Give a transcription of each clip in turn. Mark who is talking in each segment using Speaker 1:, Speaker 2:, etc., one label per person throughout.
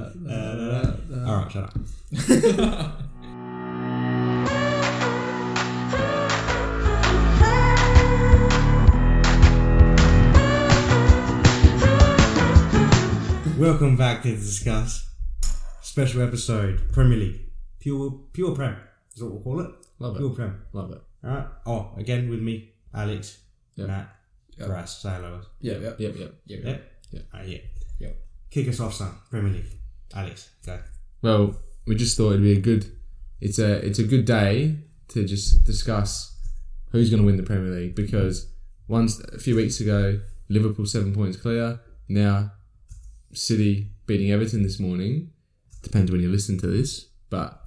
Speaker 1: All right, shut up. Welcome back to discuss special episode Premier League pure pure prem is what we'll call it
Speaker 2: Love
Speaker 1: pure
Speaker 2: it.
Speaker 1: prem.
Speaker 2: Love it.
Speaker 1: All right. Oh, again with me, Alex,
Speaker 2: Yeah.
Speaker 1: Matt,
Speaker 3: Yeah.
Speaker 1: Brass, say hello.
Speaker 3: Yeah, yeah,
Speaker 2: Yep, yep.
Speaker 3: yeah.
Speaker 1: Yeah.
Speaker 2: Yeah.
Speaker 1: Uh, yeah.
Speaker 3: Yeah.
Speaker 1: Kick us off, son. Premier League. Alex, go.
Speaker 2: Well, we just thought it'd be a good. It's a it's a good day to just discuss who's going to win the Premier League because once a few weeks ago Liverpool seven points clear. Now City beating Everton this morning. Depends when you listen to this, but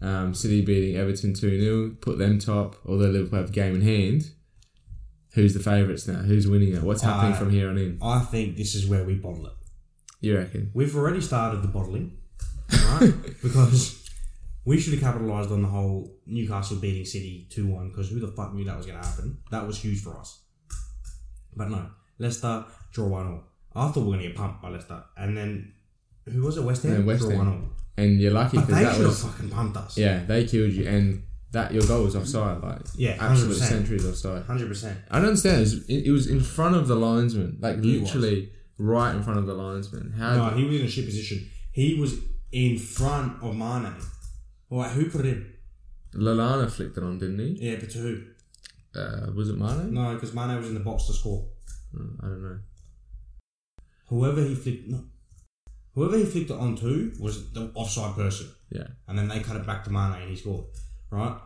Speaker 2: um, City beating Everton two 0 put them top. Although Liverpool have a game in hand. Who's the favourites now? Who's winning it? What's happening
Speaker 1: Uh,
Speaker 2: from here on in?
Speaker 1: I think this is where we bottle it.
Speaker 2: You reckon?
Speaker 1: We've already started the bottling, right? because we should have capitalised on the whole Newcastle beating City 2 1 because who the fuck knew that was going to happen? That was huge for us. But no, Leicester draw 1 all. I thought we were going to get pumped by Leicester. And then, who was it? West Ham?
Speaker 2: Yeah, West
Speaker 1: draw
Speaker 2: Ham.
Speaker 1: 1 all.
Speaker 2: And you're lucky
Speaker 1: But
Speaker 2: because
Speaker 1: they
Speaker 2: that
Speaker 1: should have
Speaker 2: was
Speaker 1: fucking pumped us.
Speaker 2: Yeah, they killed you, and that your goal was offside, like
Speaker 1: Yeah,
Speaker 2: absolute
Speaker 1: 100%.
Speaker 2: centuries offside.
Speaker 1: 100%.
Speaker 2: I don't understand. It was, it, it was in front of the linesman, like
Speaker 1: He was.
Speaker 2: literally right in front of the linesman. How?
Speaker 1: No, he was in a shit position. He was in front of Mane. Well, who put it in?
Speaker 2: Lalana flicked it on, didn't he?
Speaker 1: Yeah, but to who?
Speaker 2: Uh, was it Mane?
Speaker 1: No, because Mane was in the box to score.
Speaker 2: Mm, I don't know.
Speaker 1: Whoever he flicked, no, whoever he flicked it onto was the offside person,
Speaker 2: Yeah,
Speaker 1: and then they cut it back to Mane and he scored. Right?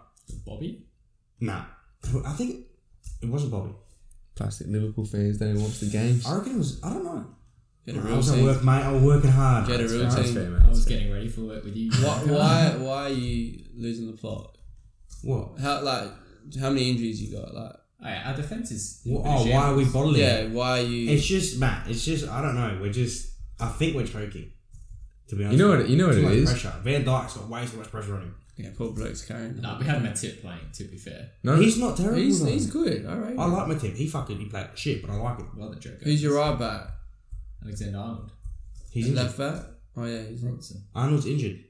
Speaker 3: Bobby?
Speaker 1: Nah, I think it wasn't Bobby.
Speaker 2: plastic Liverpool fans don't even watch the games.
Speaker 1: I reckon it was. I don't know.
Speaker 3: Get a
Speaker 1: I
Speaker 3: real
Speaker 1: was at
Speaker 3: team.
Speaker 1: work, mate. I was working hard.
Speaker 3: Get a real
Speaker 2: That's fair,
Speaker 3: team.
Speaker 2: mate.
Speaker 3: I was
Speaker 2: That's fair.
Speaker 3: getting ready for work with you. Why, why, why are you losing the plot?
Speaker 1: What?
Speaker 4: How like how many injuries you got? Like
Speaker 3: Hey, Oh, our defense is.
Speaker 1: What- oh, why are we bottling? it?
Speaker 4: yeah, why are you?
Speaker 1: It's just Matt. It's just I don't know. We're just I think we're choking. To be honest,
Speaker 2: know
Speaker 1: with
Speaker 2: what- you know what
Speaker 1: Too
Speaker 2: it
Speaker 1: much
Speaker 2: is?
Speaker 1: Pressure. Van Dyke's got way too much pressure on him.
Speaker 4: yeah, poor bloke's carrying.
Speaker 3: Nah, we had Matip playing, to be fair.
Speaker 2: No,
Speaker 1: He's not terrible.
Speaker 4: he's
Speaker 1: though.
Speaker 4: he's good. All right.
Speaker 1: I like my team. He fucking he played shit, but I like him.
Speaker 3: Well, the joker.
Speaker 4: Who's your right back?
Speaker 3: Alexander Arnold.
Speaker 1: He's injured.
Speaker 4: Left back. Oh yeah, he's not.
Speaker 3: Robinson.
Speaker 1: Arnold's injured.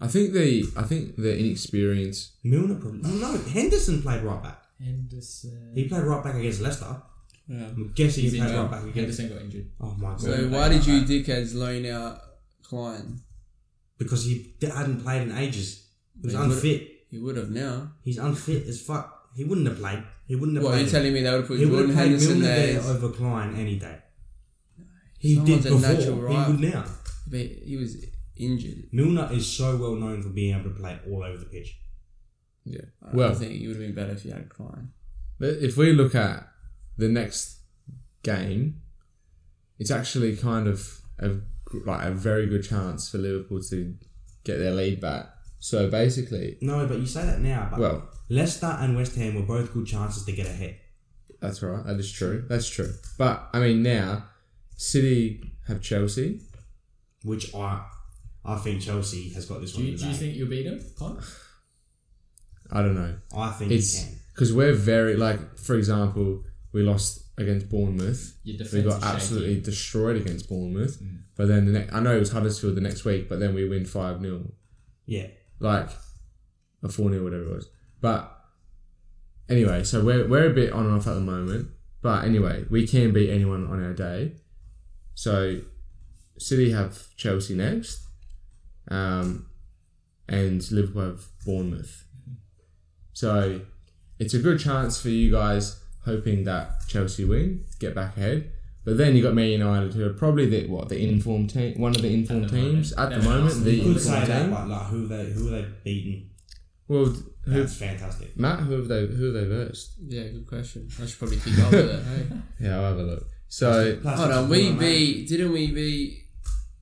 Speaker 2: I think the I think the inexperience.
Speaker 1: Milner probably. No, no, Henderson played right back.
Speaker 3: Henderson.
Speaker 1: He played right back against Leicester.
Speaker 4: Yeah.
Speaker 1: I'm guessing
Speaker 3: He's
Speaker 1: he played
Speaker 3: injured.
Speaker 1: right back against.
Speaker 3: Henderson got injured.
Speaker 1: Oh my god!
Speaker 4: So why did you dickheads loan out Klein?
Speaker 1: because he d- hadn't played in ages. He was
Speaker 4: He would've-
Speaker 1: unfit.
Speaker 4: He would have now.
Speaker 1: He's unfit as fuck. He wouldn't have played. He wouldn't have
Speaker 4: What are
Speaker 1: played.
Speaker 4: you telling me? They would have put
Speaker 1: He would
Speaker 4: Jordan
Speaker 1: have played
Speaker 4: Henderson
Speaker 1: Milner
Speaker 4: there.
Speaker 1: there over Klein any day. He
Speaker 4: Someone's
Speaker 1: did
Speaker 4: a
Speaker 1: before.
Speaker 4: natural right.
Speaker 1: He would now.
Speaker 4: But he was injured.
Speaker 1: Milner is so well known for being able to play all over the pitch.
Speaker 2: Yeah.
Speaker 4: I
Speaker 2: Well,
Speaker 4: think it would have been better if you had Klein.
Speaker 2: But if we look at the next game, it's actually kind of a, like a very good chance for Liverpool to get their lead back. So basically,
Speaker 1: No, but you say that now. But
Speaker 2: well,
Speaker 1: Leicester and West Ham were both good chances to get ahead.
Speaker 2: that's all right. That is true. That's true. But I mean, now City have Chelsea.
Speaker 1: which I I think Chelsea has got this
Speaker 3: Do
Speaker 1: one.
Speaker 3: you, do you
Speaker 1: today.
Speaker 3: think you'll beat him, Con?
Speaker 2: I don't know.
Speaker 1: I think
Speaker 2: It's
Speaker 1: he can.
Speaker 2: because we're very like, for example, we lost against Bournemouth.
Speaker 3: Your defense
Speaker 2: We got
Speaker 3: is shaky.
Speaker 2: absolutely destroyed against Bournemouth. But then the next, I know it was Huddersfield the next week, but then we win five 0
Speaker 1: Yeah,
Speaker 2: like a 4 0 whatever it was. But anyway, so we're, we're a bit on and off at the moment. But anyway, we can beat anyone on our day. So City have Chelsea next, um, and Liverpool have Bournemouth. So it's a good chance for you guys hoping that Chelsea win, get back ahead. But then you got Man United, who are probably the what the informed team, one of the informed
Speaker 3: the moment.
Speaker 2: teams at the
Speaker 3: They're an
Speaker 2: moment. The
Speaker 1: you could say
Speaker 2: informed
Speaker 1: that,
Speaker 2: team.
Speaker 1: but like who they who they beaten?
Speaker 2: Well, d- who,
Speaker 1: That's fantastic.
Speaker 2: Matt, who have they who have they versed?
Speaker 4: Yeah, good question. I should probably keep up with it. Hey.
Speaker 2: Yeah, I'll have a look. So
Speaker 1: Plus,
Speaker 4: Hold
Speaker 1: it's
Speaker 4: on, we
Speaker 1: one, mate.
Speaker 4: beat didn't we beat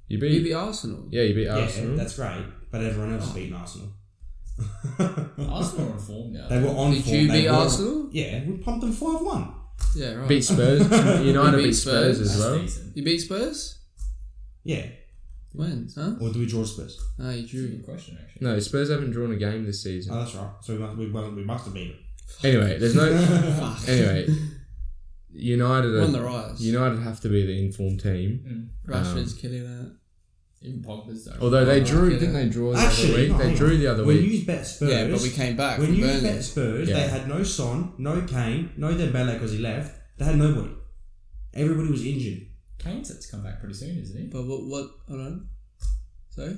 Speaker 2: you
Speaker 4: we
Speaker 2: beat,
Speaker 4: beat Arsenal?
Speaker 2: yeah you beat
Speaker 1: Yeah,
Speaker 2: Arsenal.
Speaker 1: that's great, but everyone else has beaten Arsenal.
Speaker 3: Arsenal are on form now.
Speaker 1: they were on.
Speaker 4: Did
Speaker 1: form,
Speaker 4: you
Speaker 1: they
Speaker 4: beat
Speaker 1: were-
Speaker 4: Arsenal?
Speaker 1: Yeah, we pumped them five one.
Speaker 4: Yeah, right.
Speaker 2: beat Spurs. United
Speaker 4: We
Speaker 2: beat,
Speaker 4: beat
Speaker 2: Spurs,
Speaker 3: That's
Speaker 2: as well.
Speaker 3: decent.
Speaker 4: You beat Spurs?
Speaker 1: Yeah,
Speaker 4: When? Huh?
Speaker 1: or do we draw Spurs?
Speaker 4: No, you
Speaker 3: That's a
Speaker 4: drew.
Speaker 3: good question, actually.
Speaker 2: No, Spurs haven't drawn a game this season.
Speaker 1: Oh, that's right. So we must we, well, we must have beaten.
Speaker 2: Anyway, there's no. anyway, United
Speaker 4: We're on the
Speaker 2: are,
Speaker 4: rise.
Speaker 2: United have to be the informed team.
Speaker 3: Mm.
Speaker 4: Rashford's killing it.
Speaker 3: Even Pogba's though.
Speaker 2: Although they
Speaker 4: Oh,
Speaker 2: drew,
Speaker 4: yeah.
Speaker 2: didn't they draw the
Speaker 1: Actually, no,
Speaker 2: other week?
Speaker 1: hang
Speaker 2: They
Speaker 1: on.
Speaker 2: drew the other
Speaker 1: when
Speaker 2: week.
Speaker 1: you bet Spurs,
Speaker 4: Yeah, but we came back
Speaker 1: when
Speaker 4: from
Speaker 1: you
Speaker 4: Burnley.
Speaker 1: bet Spurs,
Speaker 2: Yeah.
Speaker 1: they had no Son, no Kane, no Dembele because he left. They had nobody. Everybody was injured.
Speaker 3: Kane's set to come back pretty soon, isn't he?
Speaker 4: But what? What? Hold on. So,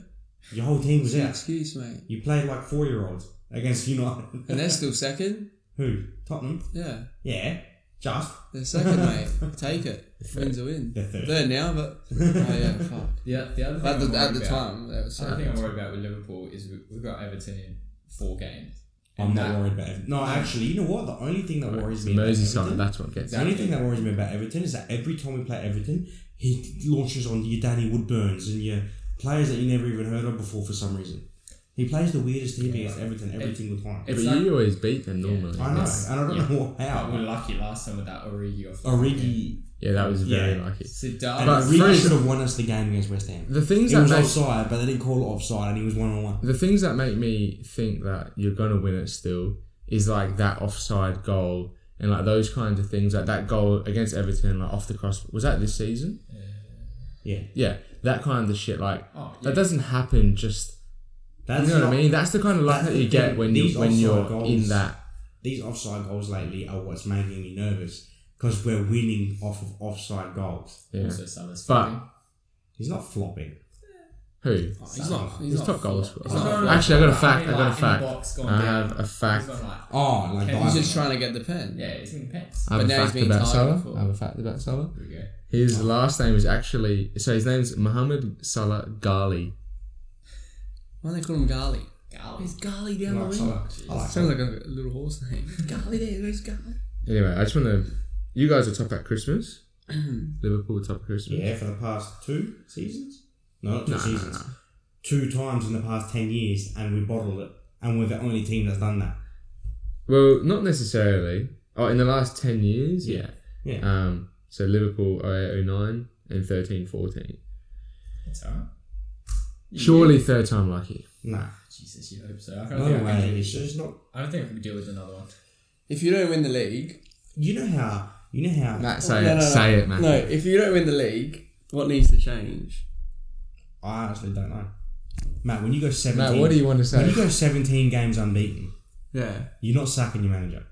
Speaker 1: Your whole team was out.
Speaker 4: excuse mate,
Speaker 1: You played like four year olds against United.
Speaker 4: and they're still second.
Speaker 1: Who? Tottenham?
Speaker 4: Yeah,
Speaker 1: Yeah. Just.
Speaker 4: they're second, mate. Take it. Wins a win.
Speaker 1: They're third.
Speaker 4: Third now, but oh yeah, fuck.
Speaker 3: Yeah. The other thing I'm
Speaker 4: But at the, at the
Speaker 3: worried about-
Speaker 4: time, that was
Speaker 3: The other thing
Speaker 4: second.
Speaker 3: I'm worried about with Liverpool is we- we've got Everton in four games.
Speaker 1: I'm
Speaker 3: And
Speaker 1: not
Speaker 3: that-
Speaker 1: worried about Everton. No, actually, you know what? The only thing that worries me about
Speaker 2: Merseyside,
Speaker 1: Everton,
Speaker 2: that's what gets.
Speaker 1: the only thing that worries me about Everton is that every time we play Everton, he launches on your Danny Woodburns and your players that you never even heard of before for some reason. He plays the weirdest team against Everton every
Speaker 3: It-
Speaker 1: single time.
Speaker 2: But
Speaker 3: It's like-
Speaker 2: you always beat them normally.
Speaker 1: I know,
Speaker 2: That's-
Speaker 1: and I don't know
Speaker 3: But we're
Speaker 1: how.
Speaker 3: lucky last time with that Origi off. the fucking-
Speaker 1: Origi
Speaker 2: Yeah, that was very
Speaker 1: Yeah.
Speaker 2: lucky.
Speaker 3: Sidar.
Speaker 1: and
Speaker 2: But
Speaker 1: Origi
Speaker 2: first-
Speaker 1: should have won us the game against West Ham.
Speaker 2: The things
Speaker 1: He
Speaker 2: that
Speaker 1: was
Speaker 2: make
Speaker 1: offside, but they didn't call it offside, and he was one on one.
Speaker 2: the things that make me think that you're gonna win it still is like that offside goal and like those kinds of things. Like that goal against Everton, like off the cross, was that this season?
Speaker 1: Yeah,
Speaker 2: Yeah, that kind of shit. Like
Speaker 3: Oh, yeah.
Speaker 2: that doesn't happen just.
Speaker 1: that's
Speaker 2: you know
Speaker 1: not-
Speaker 2: what I mean? That's the kind of luck
Speaker 1: that's
Speaker 2: that
Speaker 1: the
Speaker 2: you get
Speaker 1: thing.
Speaker 2: when you
Speaker 1: These
Speaker 2: when you're
Speaker 1: offside goals-
Speaker 2: in that.
Speaker 1: These offside goals lately are what's making me nervous because we're winning off of offside goals.
Speaker 2: Yeah.
Speaker 3: Also Salah's
Speaker 2: But-
Speaker 3: fucking-
Speaker 1: He's not flopping.
Speaker 2: Who?
Speaker 4: He's not. He's,
Speaker 2: He's
Speaker 4: not
Speaker 2: top goal
Speaker 3: He's not
Speaker 2: scorer.
Speaker 3: really
Speaker 2: Actually, I got a
Speaker 3: top goal.
Speaker 2: fact. I got a
Speaker 3: Like, in the
Speaker 2: fact.
Speaker 3: box, gone
Speaker 2: I
Speaker 3: down.
Speaker 2: have a fact.
Speaker 3: He's not like-
Speaker 1: Oh, like
Speaker 3: Okay,
Speaker 1: diving.
Speaker 4: He's just trying to get the pen.
Speaker 3: yeah, it's in pets.
Speaker 2: I have
Speaker 4: But
Speaker 2: a
Speaker 4: now he's
Speaker 2: fact
Speaker 4: being
Speaker 2: about
Speaker 4: targeted
Speaker 2: Salah.
Speaker 4: for-
Speaker 2: I have a fact about Salah.
Speaker 3: There we go.
Speaker 2: His last name is actually so his name's Mohammed Salah Ghali.
Speaker 4: Why do they call him Gali?
Speaker 3: Golly.
Speaker 4: He's Gali
Speaker 1: I
Speaker 4: down
Speaker 1: like
Speaker 4: the wing.
Speaker 1: Salah. I like
Speaker 4: Sounds
Speaker 1: Salah.
Speaker 4: like a little horse name. Gali there, where's Gali?
Speaker 2: Anyway, I just want to. You guys are top at Christmas. Liverpool were top at Christmas.
Speaker 1: Yeah, for the past two seasons. No, not two
Speaker 2: No, no,
Speaker 1: seasons.
Speaker 2: no.
Speaker 1: Two times in the past ten years, and we bottled it. And we're the only team that's done that.
Speaker 2: Well, not necessarily. Oh, in the last ten years, yeah.
Speaker 1: Yeah.
Speaker 2: Um. So Liverpool 08, 09 and 13, 14.
Speaker 3: That's alright.
Speaker 2: Surely third time lucky.
Speaker 1: Nah,
Speaker 3: Jesus, you hope so. I don't,
Speaker 1: no
Speaker 3: think I, can
Speaker 1: way.
Speaker 3: do-
Speaker 1: It's just not.
Speaker 3: I don't think I can deal with another one.
Speaker 4: If you don't win the league,
Speaker 1: You know how. You know how.
Speaker 2: Matt, say
Speaker 4: No,
Speaker 2: it.
Speaker 4: no, no.
Speaker 2: Say it, Matt.
Speaker 4: no. If you don't win the league, what needs to change?
Speaker 1: I honestly don't know. Matt, when you go seventeen,
Speaker 2: Matt, what do you want to
Speaker 1: when
Speaker 2: say?
Speaker 1: you go seventeen games unbeaten,
Speaker 4: Yeah,
Speaker 1: you're not sacking your manager.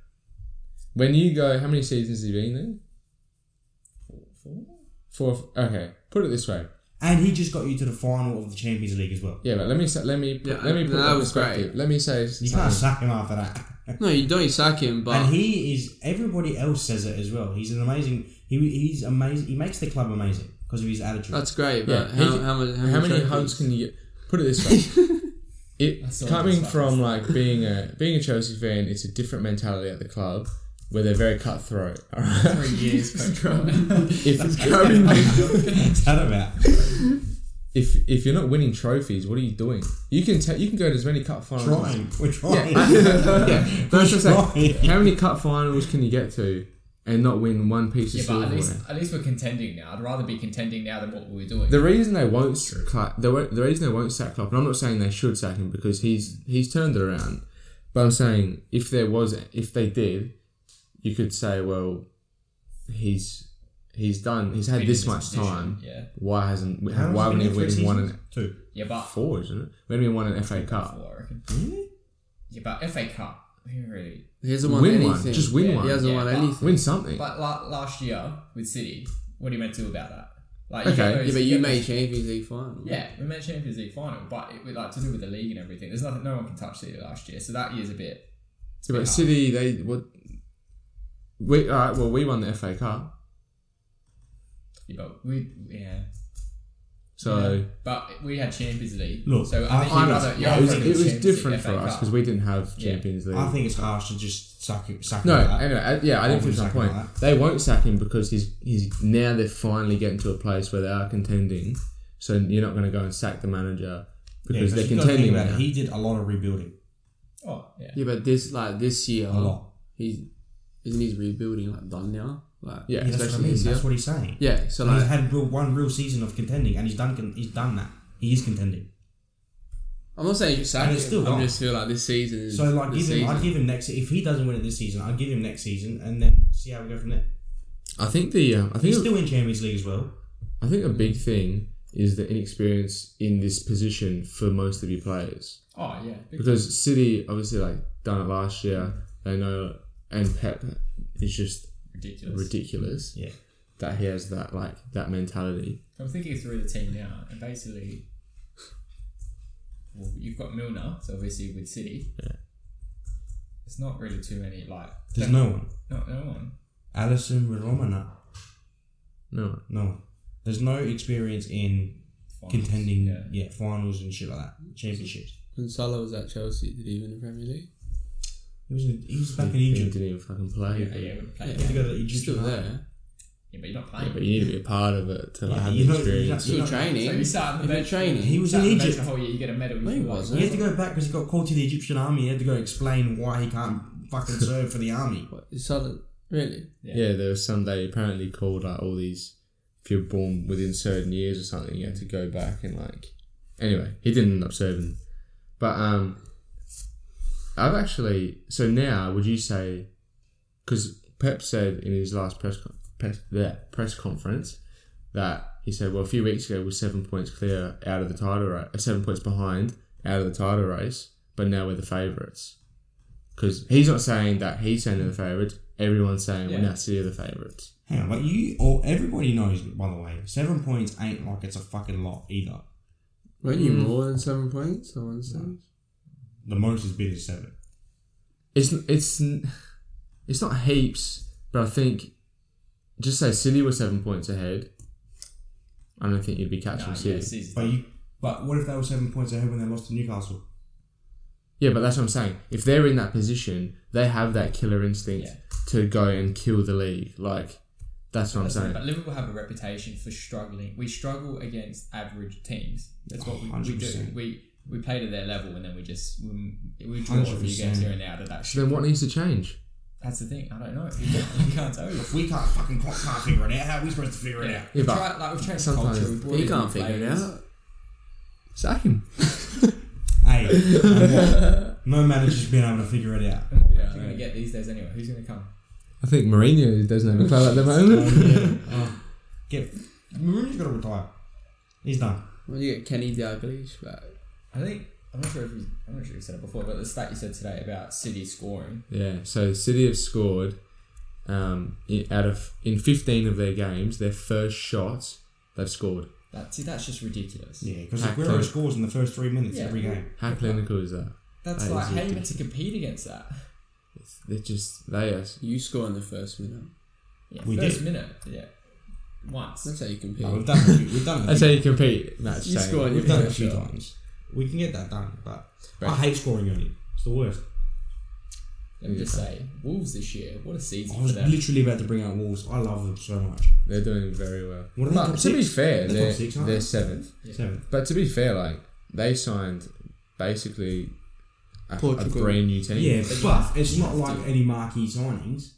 Speaker 2: When you go, how many seasons have you been there? Four. Four. Okay. Put it this way.
Speaker 1: And he just got you to the final of the Champions League as well.
Speaker 2: Yeah, but let me say, let me put,
Speaker 4: Yeah,
Speaker 2: let me
Speaker 4: no,
Speaker 2: put
Speaker 4: that
Speaker 2: that
Speaker 4: was
Speaker 2: perspective. Let me say
Speaker 1: You
Speaker 2: something.
Speaker 1: can't sack him after that.
Speaker 4: no, you don't sack him, but
Speaker 1: and he is. Everybody else says it as well. He's an amazing. He, he's amazing. He makes the club amazing because of his attitude.
Speaker 4: that's great.
Speaker 2: Yeah,
Speaker 4: But
Speaker 2: he
Speaker 4: how,
Speaker 2: can-
Speaker 4: how, many,
Speaker 2: How many hugs can you get? Put it this way.
Speaker 3: That's
Speaker 2: It
Speaker 3: all
Speaker 2: coming
Speaker 3: that's
Speaker 2: from like being a being a Chelsea fan, it's a different mentality at the club where they're very cutthroat. All right.
Speaker 3: Three years coach run.
Speaker 2: If
Speaker 1: What's that about?
Speaker 2: if if you're not winning trophies, what are you doing? You can ta- you can go to as many cup finals. as-
Speaker 1: Trying. We're trying.
Speaker 2: yeah, that's what I'm
Speaker 1: Trying.
Speaker 2: saying. How many cup finals can you get to and not win one piece of
Speaker 3: yeah, but at
Speaker 2: silverware?
Speaker 3: least, at least we're contending now. I'd rather be contending now than what we were doing.
Speaker 2: The reason they won't sack the, wa- the reason they won't sack Klopp, and I'm not saying they should sack him because he's he's turned it around. But I'm saying if there was if they did, you could say, well, he's he's done he's had
Speaker 3: Been in
Speaker 2: this much
Speaker 3: position,
Speaker 2: time.
Speaker 3: Yeah.
Speaker 2: Why hasn't we-
Speaker 1: How long's
Speaker 2: why
Speaker 1: it
Speaker 2: haven't
Speaker 1: been
Speaker 2: we
Speaker 1: there? Three
Speaker 2: won one
Speaker 1: seasons?
Speaker 2: an
Speaker 1: two?
Speaker 3: Yeah, but
Speaker 2: four, isn't it? When we won an FA Cup.
Speaker 3: four, I reckon.
Speaker 1: Really?
Speaker 3: Yeah, but FA Cup. we Really.
Speaker 4: He hasn't won
Speaker 2: Win
Speaker 4: anything.
Speaker 2: one. Just win
Speaker 4: Yeah,
Speaker 2: one.
Speaker 4: He hasn't
Speaker 3: Yeah,
Speaker 4: won
Speaker 3: but-
Speaker 4: anything.
Speaker 2: Win something.
Speaker 3: But la- last year with City, what are you meant to do about that? Like,
Speaker 2: Okay.
Speaker 3: get those-
Speaker 4: Yeah, but you
Speaker 3: get
Speaker 4: made
Speaker 3: those-
Speaker 4: Champions League final.
Speaker 3: Yeah, we made Champions League final, but it, like to do with the league and everything. There's nothing. No one can touch City last year, so that year's a bit.
Speaker 2: Yeah, but City they what we all right, well we won the FA Cup.
Speaker 3: Yeah, but we yeah.
Speaker 2: So
Speaker 3: Yeah. but we had Champions League.
Speaker 1: Look,
Speaker 3: so
Speaker 1: I-
Speaker 3: I think
Speaker 1: I
Speaker 3: you'd
Speaker 1: know.
Speaker 3: rather- you're
Speaker 2: it was,
Speaker 3: afraid of
Speaker 2: it was
Speaker 3: Champions
Speaker 2: different
Speaker 3: League,
Speaker 2: for
Speaker 3: FA
Speaker 2: us
Speaker 3: Cup.
Speaker 2: because we didn't have
Speaker 3: Yeah.
Speaker 2: Champions League.
Speaker 1: I think it's harsh to just sack him. Sack him
Speaker 2: No,
Speaker 1: for that.
Speaker 2: anyway, I- yeah, I
Speaker 1: I
Speaker 2: didn't finish my
Speaker 1: wouldn't
Speaker 2: point.
Speaker 1: sack him like
Speaker 2: They won't sack him because he's he's now they're finally getting to a place where they are contending. So you're not going to go and sack the manager
Speaker 1: Yeah,
Speaker 2: because they're
Speaker 1: you gotta think
Speaker 2: contending
Speaker 1: about it,
Speaker 2: now.
Speaker 1: He did a lot of rebuilding.
Speaker 3: Oh yeah.
Speaker 4: Yeah, but this like this year,
Speaker 1: A lot.
Speaker 4: he's isn't his rebuilding like done now? Like
Speaker 2: yeah,
Speaker 1: Yeah, that's what I
Speaker 2: especially
Speaker 1: mean.
Speaker 2: this year.
Speaker 1: That's what he's saying.
Speaker 4: yeah. So
Speaker 1: And he's
Speaker 4: like,
Speaker 1: had real, one real season of contending, and he's done. con- He's done that. He is contending.
Speaker 4: I'm not saying you sack
Speaker 1: And
Speaker 4: him.
Speaker 1: it's still
Speaker 4: I
Speaker 1: wrong.
Speaker 4: just feel like this season is
Speaker 1: So like,
Speaker 4: the
Speaker 1: give him,
Speaker 4: season.
Speaker 1: I'd give him next. If he doesn't win it this season, I'd give him next season, and then see how we go from there.
Speaker 2: I think the um, I think
Speaker 1: He's still in Champions League as well.
Speaker 2: I think a big thing is the inexperience in this position for most of your players
Speaker 3: Oh yeah, big
Speaker 2: because City obviously like done it last year. They know and Pep is just
Speaker 3: ridiculous.
Speaker 2: ridiculous.
Speaker 1: Yeah.
Speaker 2: that he has that like that mentality.
Speaker 3: I'm thinking through the team now, and basically, well, you've got Milner, so obviously with City. Yeah. There's not really too many like.
Speaker 1: There's
Speaker 3: don't-
Speaker 1: no one.
Speaker 3: No, no one.
Speaker 1: Allison Romana.
Speaker 2: No,
Speaker 1: No one. There's no experience in
Speaker 3: Finals,
Speaker 1: contending,
Speaker 3: Yeah.
Speaker 1: yeah, finals and shit like that, championships.
Speaker 4: When Salah was at Chelsea, did he win the Premier League?
Speaker 1: He was in, he was back in
Speaker 2: he
Speaker 1: Egypt.
Speaker 2: didn't even fucking play.
Speaker 3: Yeah, yeah, we're playing.
Speaker 1: He
Speaker 3: Yeah.
Speaker 1: had to go to
Speaker 4: He's
Speaker 1: Egypt.
Speaker 4: still there.
Speaker 3: but you're not
Speaker 2: Yeah,
Speaker 3: playing.
Speaker 2: but you need to be a part of it to like,
Speaker 1: Yeah,
Speaker 2: have
Speaker 1: you
Speaker 2: the
Speaker 1: know- you
Speaker 2: experience.
Speaker 1: know-
Speaker 4: Still
Speaker 3: so you
Speaker 4: training.
Speaker 3: sat on the
Speaker 4: If you're
Speaker 3: bench.
Speaker 4: training,
Speaker 1: He was
Speaker 3: sat
Speaker 1: in
Speaker 3: on the bench
Speaker 1: Egypt.
Speaker 3: the whole year. You get a medal.
Speaker 4: No, he
Speaker 3: if you like.
Speaker 4: wasn't.
Speaker 1: He had to go back because he got called to the Egyptian army. He had to go explain why he can't fucking serve for the army.
Speaker 4: What, is Salah really?
Speaker 2: Yeah, there was some they apparently called like all these. If you're born within certain years or something, you had to go back and like. Anyway, he didn't end up serving, but um, I've actually so now would you say, because Pep said in his last press con- press, yeah, press conference that he said, well, a few weeks ago we're seven points clear out of the title race, uh, seven points behind out of the title race, but now we're the favourites because he's not saying that he's saying they're the favourites. Everyone's saying
Speaker 3: Yeah.
Speaker 2: we're not City are the favourites.
Speaker 1: Hang on, like you or everybody knows, by the way, seven points ain't like it's a fucking lot either.
Speaker 4: Weren't you
Speaker 2: Mm.
Speaker 4: more than seven points on one stage?
Speaker 1: The most is bid is seven.
Speaker 2: It's it's it's not heaps, but I think just say City were seven points ahead. I don't think you'd be
Speaker 3: Nah,
Speaker 2: catching
Speaker 3: yeah,
Speaker 2: City.
Speaker 3: City's-
Speaker 1: But you, but what if they were seven points ahead when they lost to Newcastle?
Speaker 2: Yeah, but that's what I'm saying. If they're in that position, they have that killer instinct
Speaker 3: Yeah.
Speaker 2: to go and kill the league. Like that's what I'm
Speaker 3: That's it,
Speaker 2: saying.
Speaker 3: But Liverpool have a reputation for struggling. We struggle against average teams. That's what we, we do.
Speaker 1: 100%.
Speaker 3: We we play to their level, and then we just we, we draw a few games
Speaker 1: 100%.
Speaker 3: here and there out of that.
Speaker 2: So then what needs to change?
Speaker 3: That's the thing. I don't know. You can't, you can't tell you.
Speaker 1: If we can't fucking can't figure it out, how are we supposed to figure it out?
Speaker 2: Yeah,
Speaker 3: we
Speaker 2: but
Speaker 3: tried, like we've changed
Speaker 2: sometimes-
Speaker 3: culture. We've brought
Speaker 4: He
Speaker 3: in
Speaker 4: can't
Speaker 3: new
Speaker 4: figure it
Speaker 3: players.
Speaker 4: out.
Speaker 2: Sack him.
Speaker 1: Hey, no- no manager's been able to figure it out.
Speaker 3: And what
Speaker 4: Yeah,
Speaker 3: are
Speaker 4: I
Speaker 3: you going
Speaker 4: know.
Speaker 3: to get these days anyway? Who's going to come?
Speaker 2: I think Mourinho doesn't have a club at the moment.
Speaker 1: Oh, get Mourinho's got to retire. He's done.
Speaker 4: When you get Kenny Dalglish back,
Speaker 3: I think I'm not sure if you, I'm not sure if you said it before, but the stat you said today about City scoring.
Speaker 2: Yeah, so City have scored um, in, out of in 15 of their games, their first shot they've scored.
Speaker 3: That see, that's just ridiculous.
Speaker 1: Yeah, because
Speaker 2: Hacked
Speaker 1: Aguero
Speaker 2: it.
Speaker 1: scores in the first three minutes
Speaker 3: Yeah.
Speaker 1: every game.
Speaker 2: How clinical is that?
Speaker 3: That's
Speaker 2: That is
Speaker 3: like how you meant
Speaker 2: ridiculous.
Speaker 3: to compete against that.
Speaker 2: It's, they're just they are.
Speaker 4: you score in the first minute.
Speaker 3: Yeah,
Speaker 1: We
Speaker 3: first
Speaker 1: did.
Speaker 3: minute. Yeah, once.
Speaker 4: That's how you compete.
Speaker 1: Oh, we've done. it. We've done. it.
Speaker 2: That's how you compete. No,
Speaker 4: You
Speaker 2: saying-
Speaker 4: score on your
Speaker 1: We've done it a
Speaker 4: first
Speaker 1: few
Speaker 4: shot.
Speaker 1: times. We can get that done, but I
Speaker 2: Right.
Speaker 1: hate scoring early. It's the worst.
Speaker 3: Let me just say, Wolves this year, what a season
Speaker 1: I
Speaker 3: for
Speaker 1: was
Speaker 3: them.
Speaker 1: literally about to bring out Wolves. I love them so much.
Speaker 2: They're doing very well.
Speaker 1: What are they,
Speaker 2: But
Speaker 1: top
Speaker 2: to be
Speaker 1: six?
Speaker 2: fair,
Speaker 1: They're top
Speaker 2: they're,
Speaker 1: six, aren't
Speaker 2: they're
Speaker 1: they?
Speaker 2: seventh.
Speaker 1: Seven.
Speaker 2: But to be fair, like they signed basically a, a
Speaker 4: Portugal.
Speaker 2: brand new team.
Speaker 1: Yeah,
Speaker 3: But you
Speaker 1: but
Speaker 3: have-
Speaker 1: it's
Speaker 3: you
Speaker 1: not
Speaker 3: have
Speaker 1: like
Speaker 3: to.
Speaker 1: any marquee signings.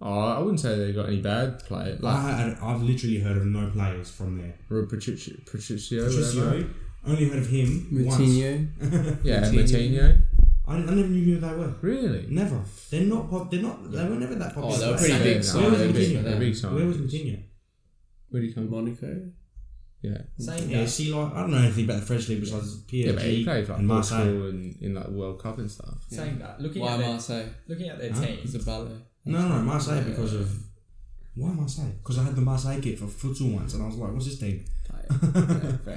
Speaker 2: Oh, I wouldn't say they got any bad play. Like
Speaker 1: I, I've literally heard of no players from there.
Speaker 2: Ru- Patricio, Patricio, whatever.
Speaker 1: Patricio, only heard of him once.
Speaker 4: Moutinho.
Speaker 2: Yeah,
Speaker 4: Coutinho.
Speaker 2: Matinho.
Speaker 1: I, I never knew who they were.
Speaker 2: Really?
Speaker 1: Never. They're not. Pop, they're not. They were never that popular.
Speaker 4: Oh, they were pretty
Speaker 2: Yeah,
Speaker 4: big
Speaker 2: no,
Speaker 4: sign,
Speaker 2: they're
Speaker 1: Where was
Speaker 2: big,
Speaker 1: Coutinho?
Speaker 2: they're big sign.
Speaker 1: Where was Coutinho?
Speaker 2: Where do you come?
Speaker 4: Monaco.
Speaker 2: Yeah.
Speaker 3: Saying
Speaker 1: Yeah,
Speaker 3: that,
Speaker 1: see, like I don't know anything about the French league besides
Speaker 2: Yeah, but he
Speaker 1: PSG
Speaker 2: played like
Speaker 1: and Marseille.
Speaker 2: Portugal and in like World Cup and stuff.
Speaker 3: saying that, looking
Speaker 4: Why
Speaker 3: at their,
Speaker 4: Marseille?
Speaker 3: looking at their
Speaker 1: Huh?
Speaker 3: team,
Speaker 4: It's a ballet.
Speaker 1: No, no, no, Marseille because of why Marseille? Because I had the Marseille kit for futsal once, and I was like, "What's this team?"
Speaker 4: yeah, fair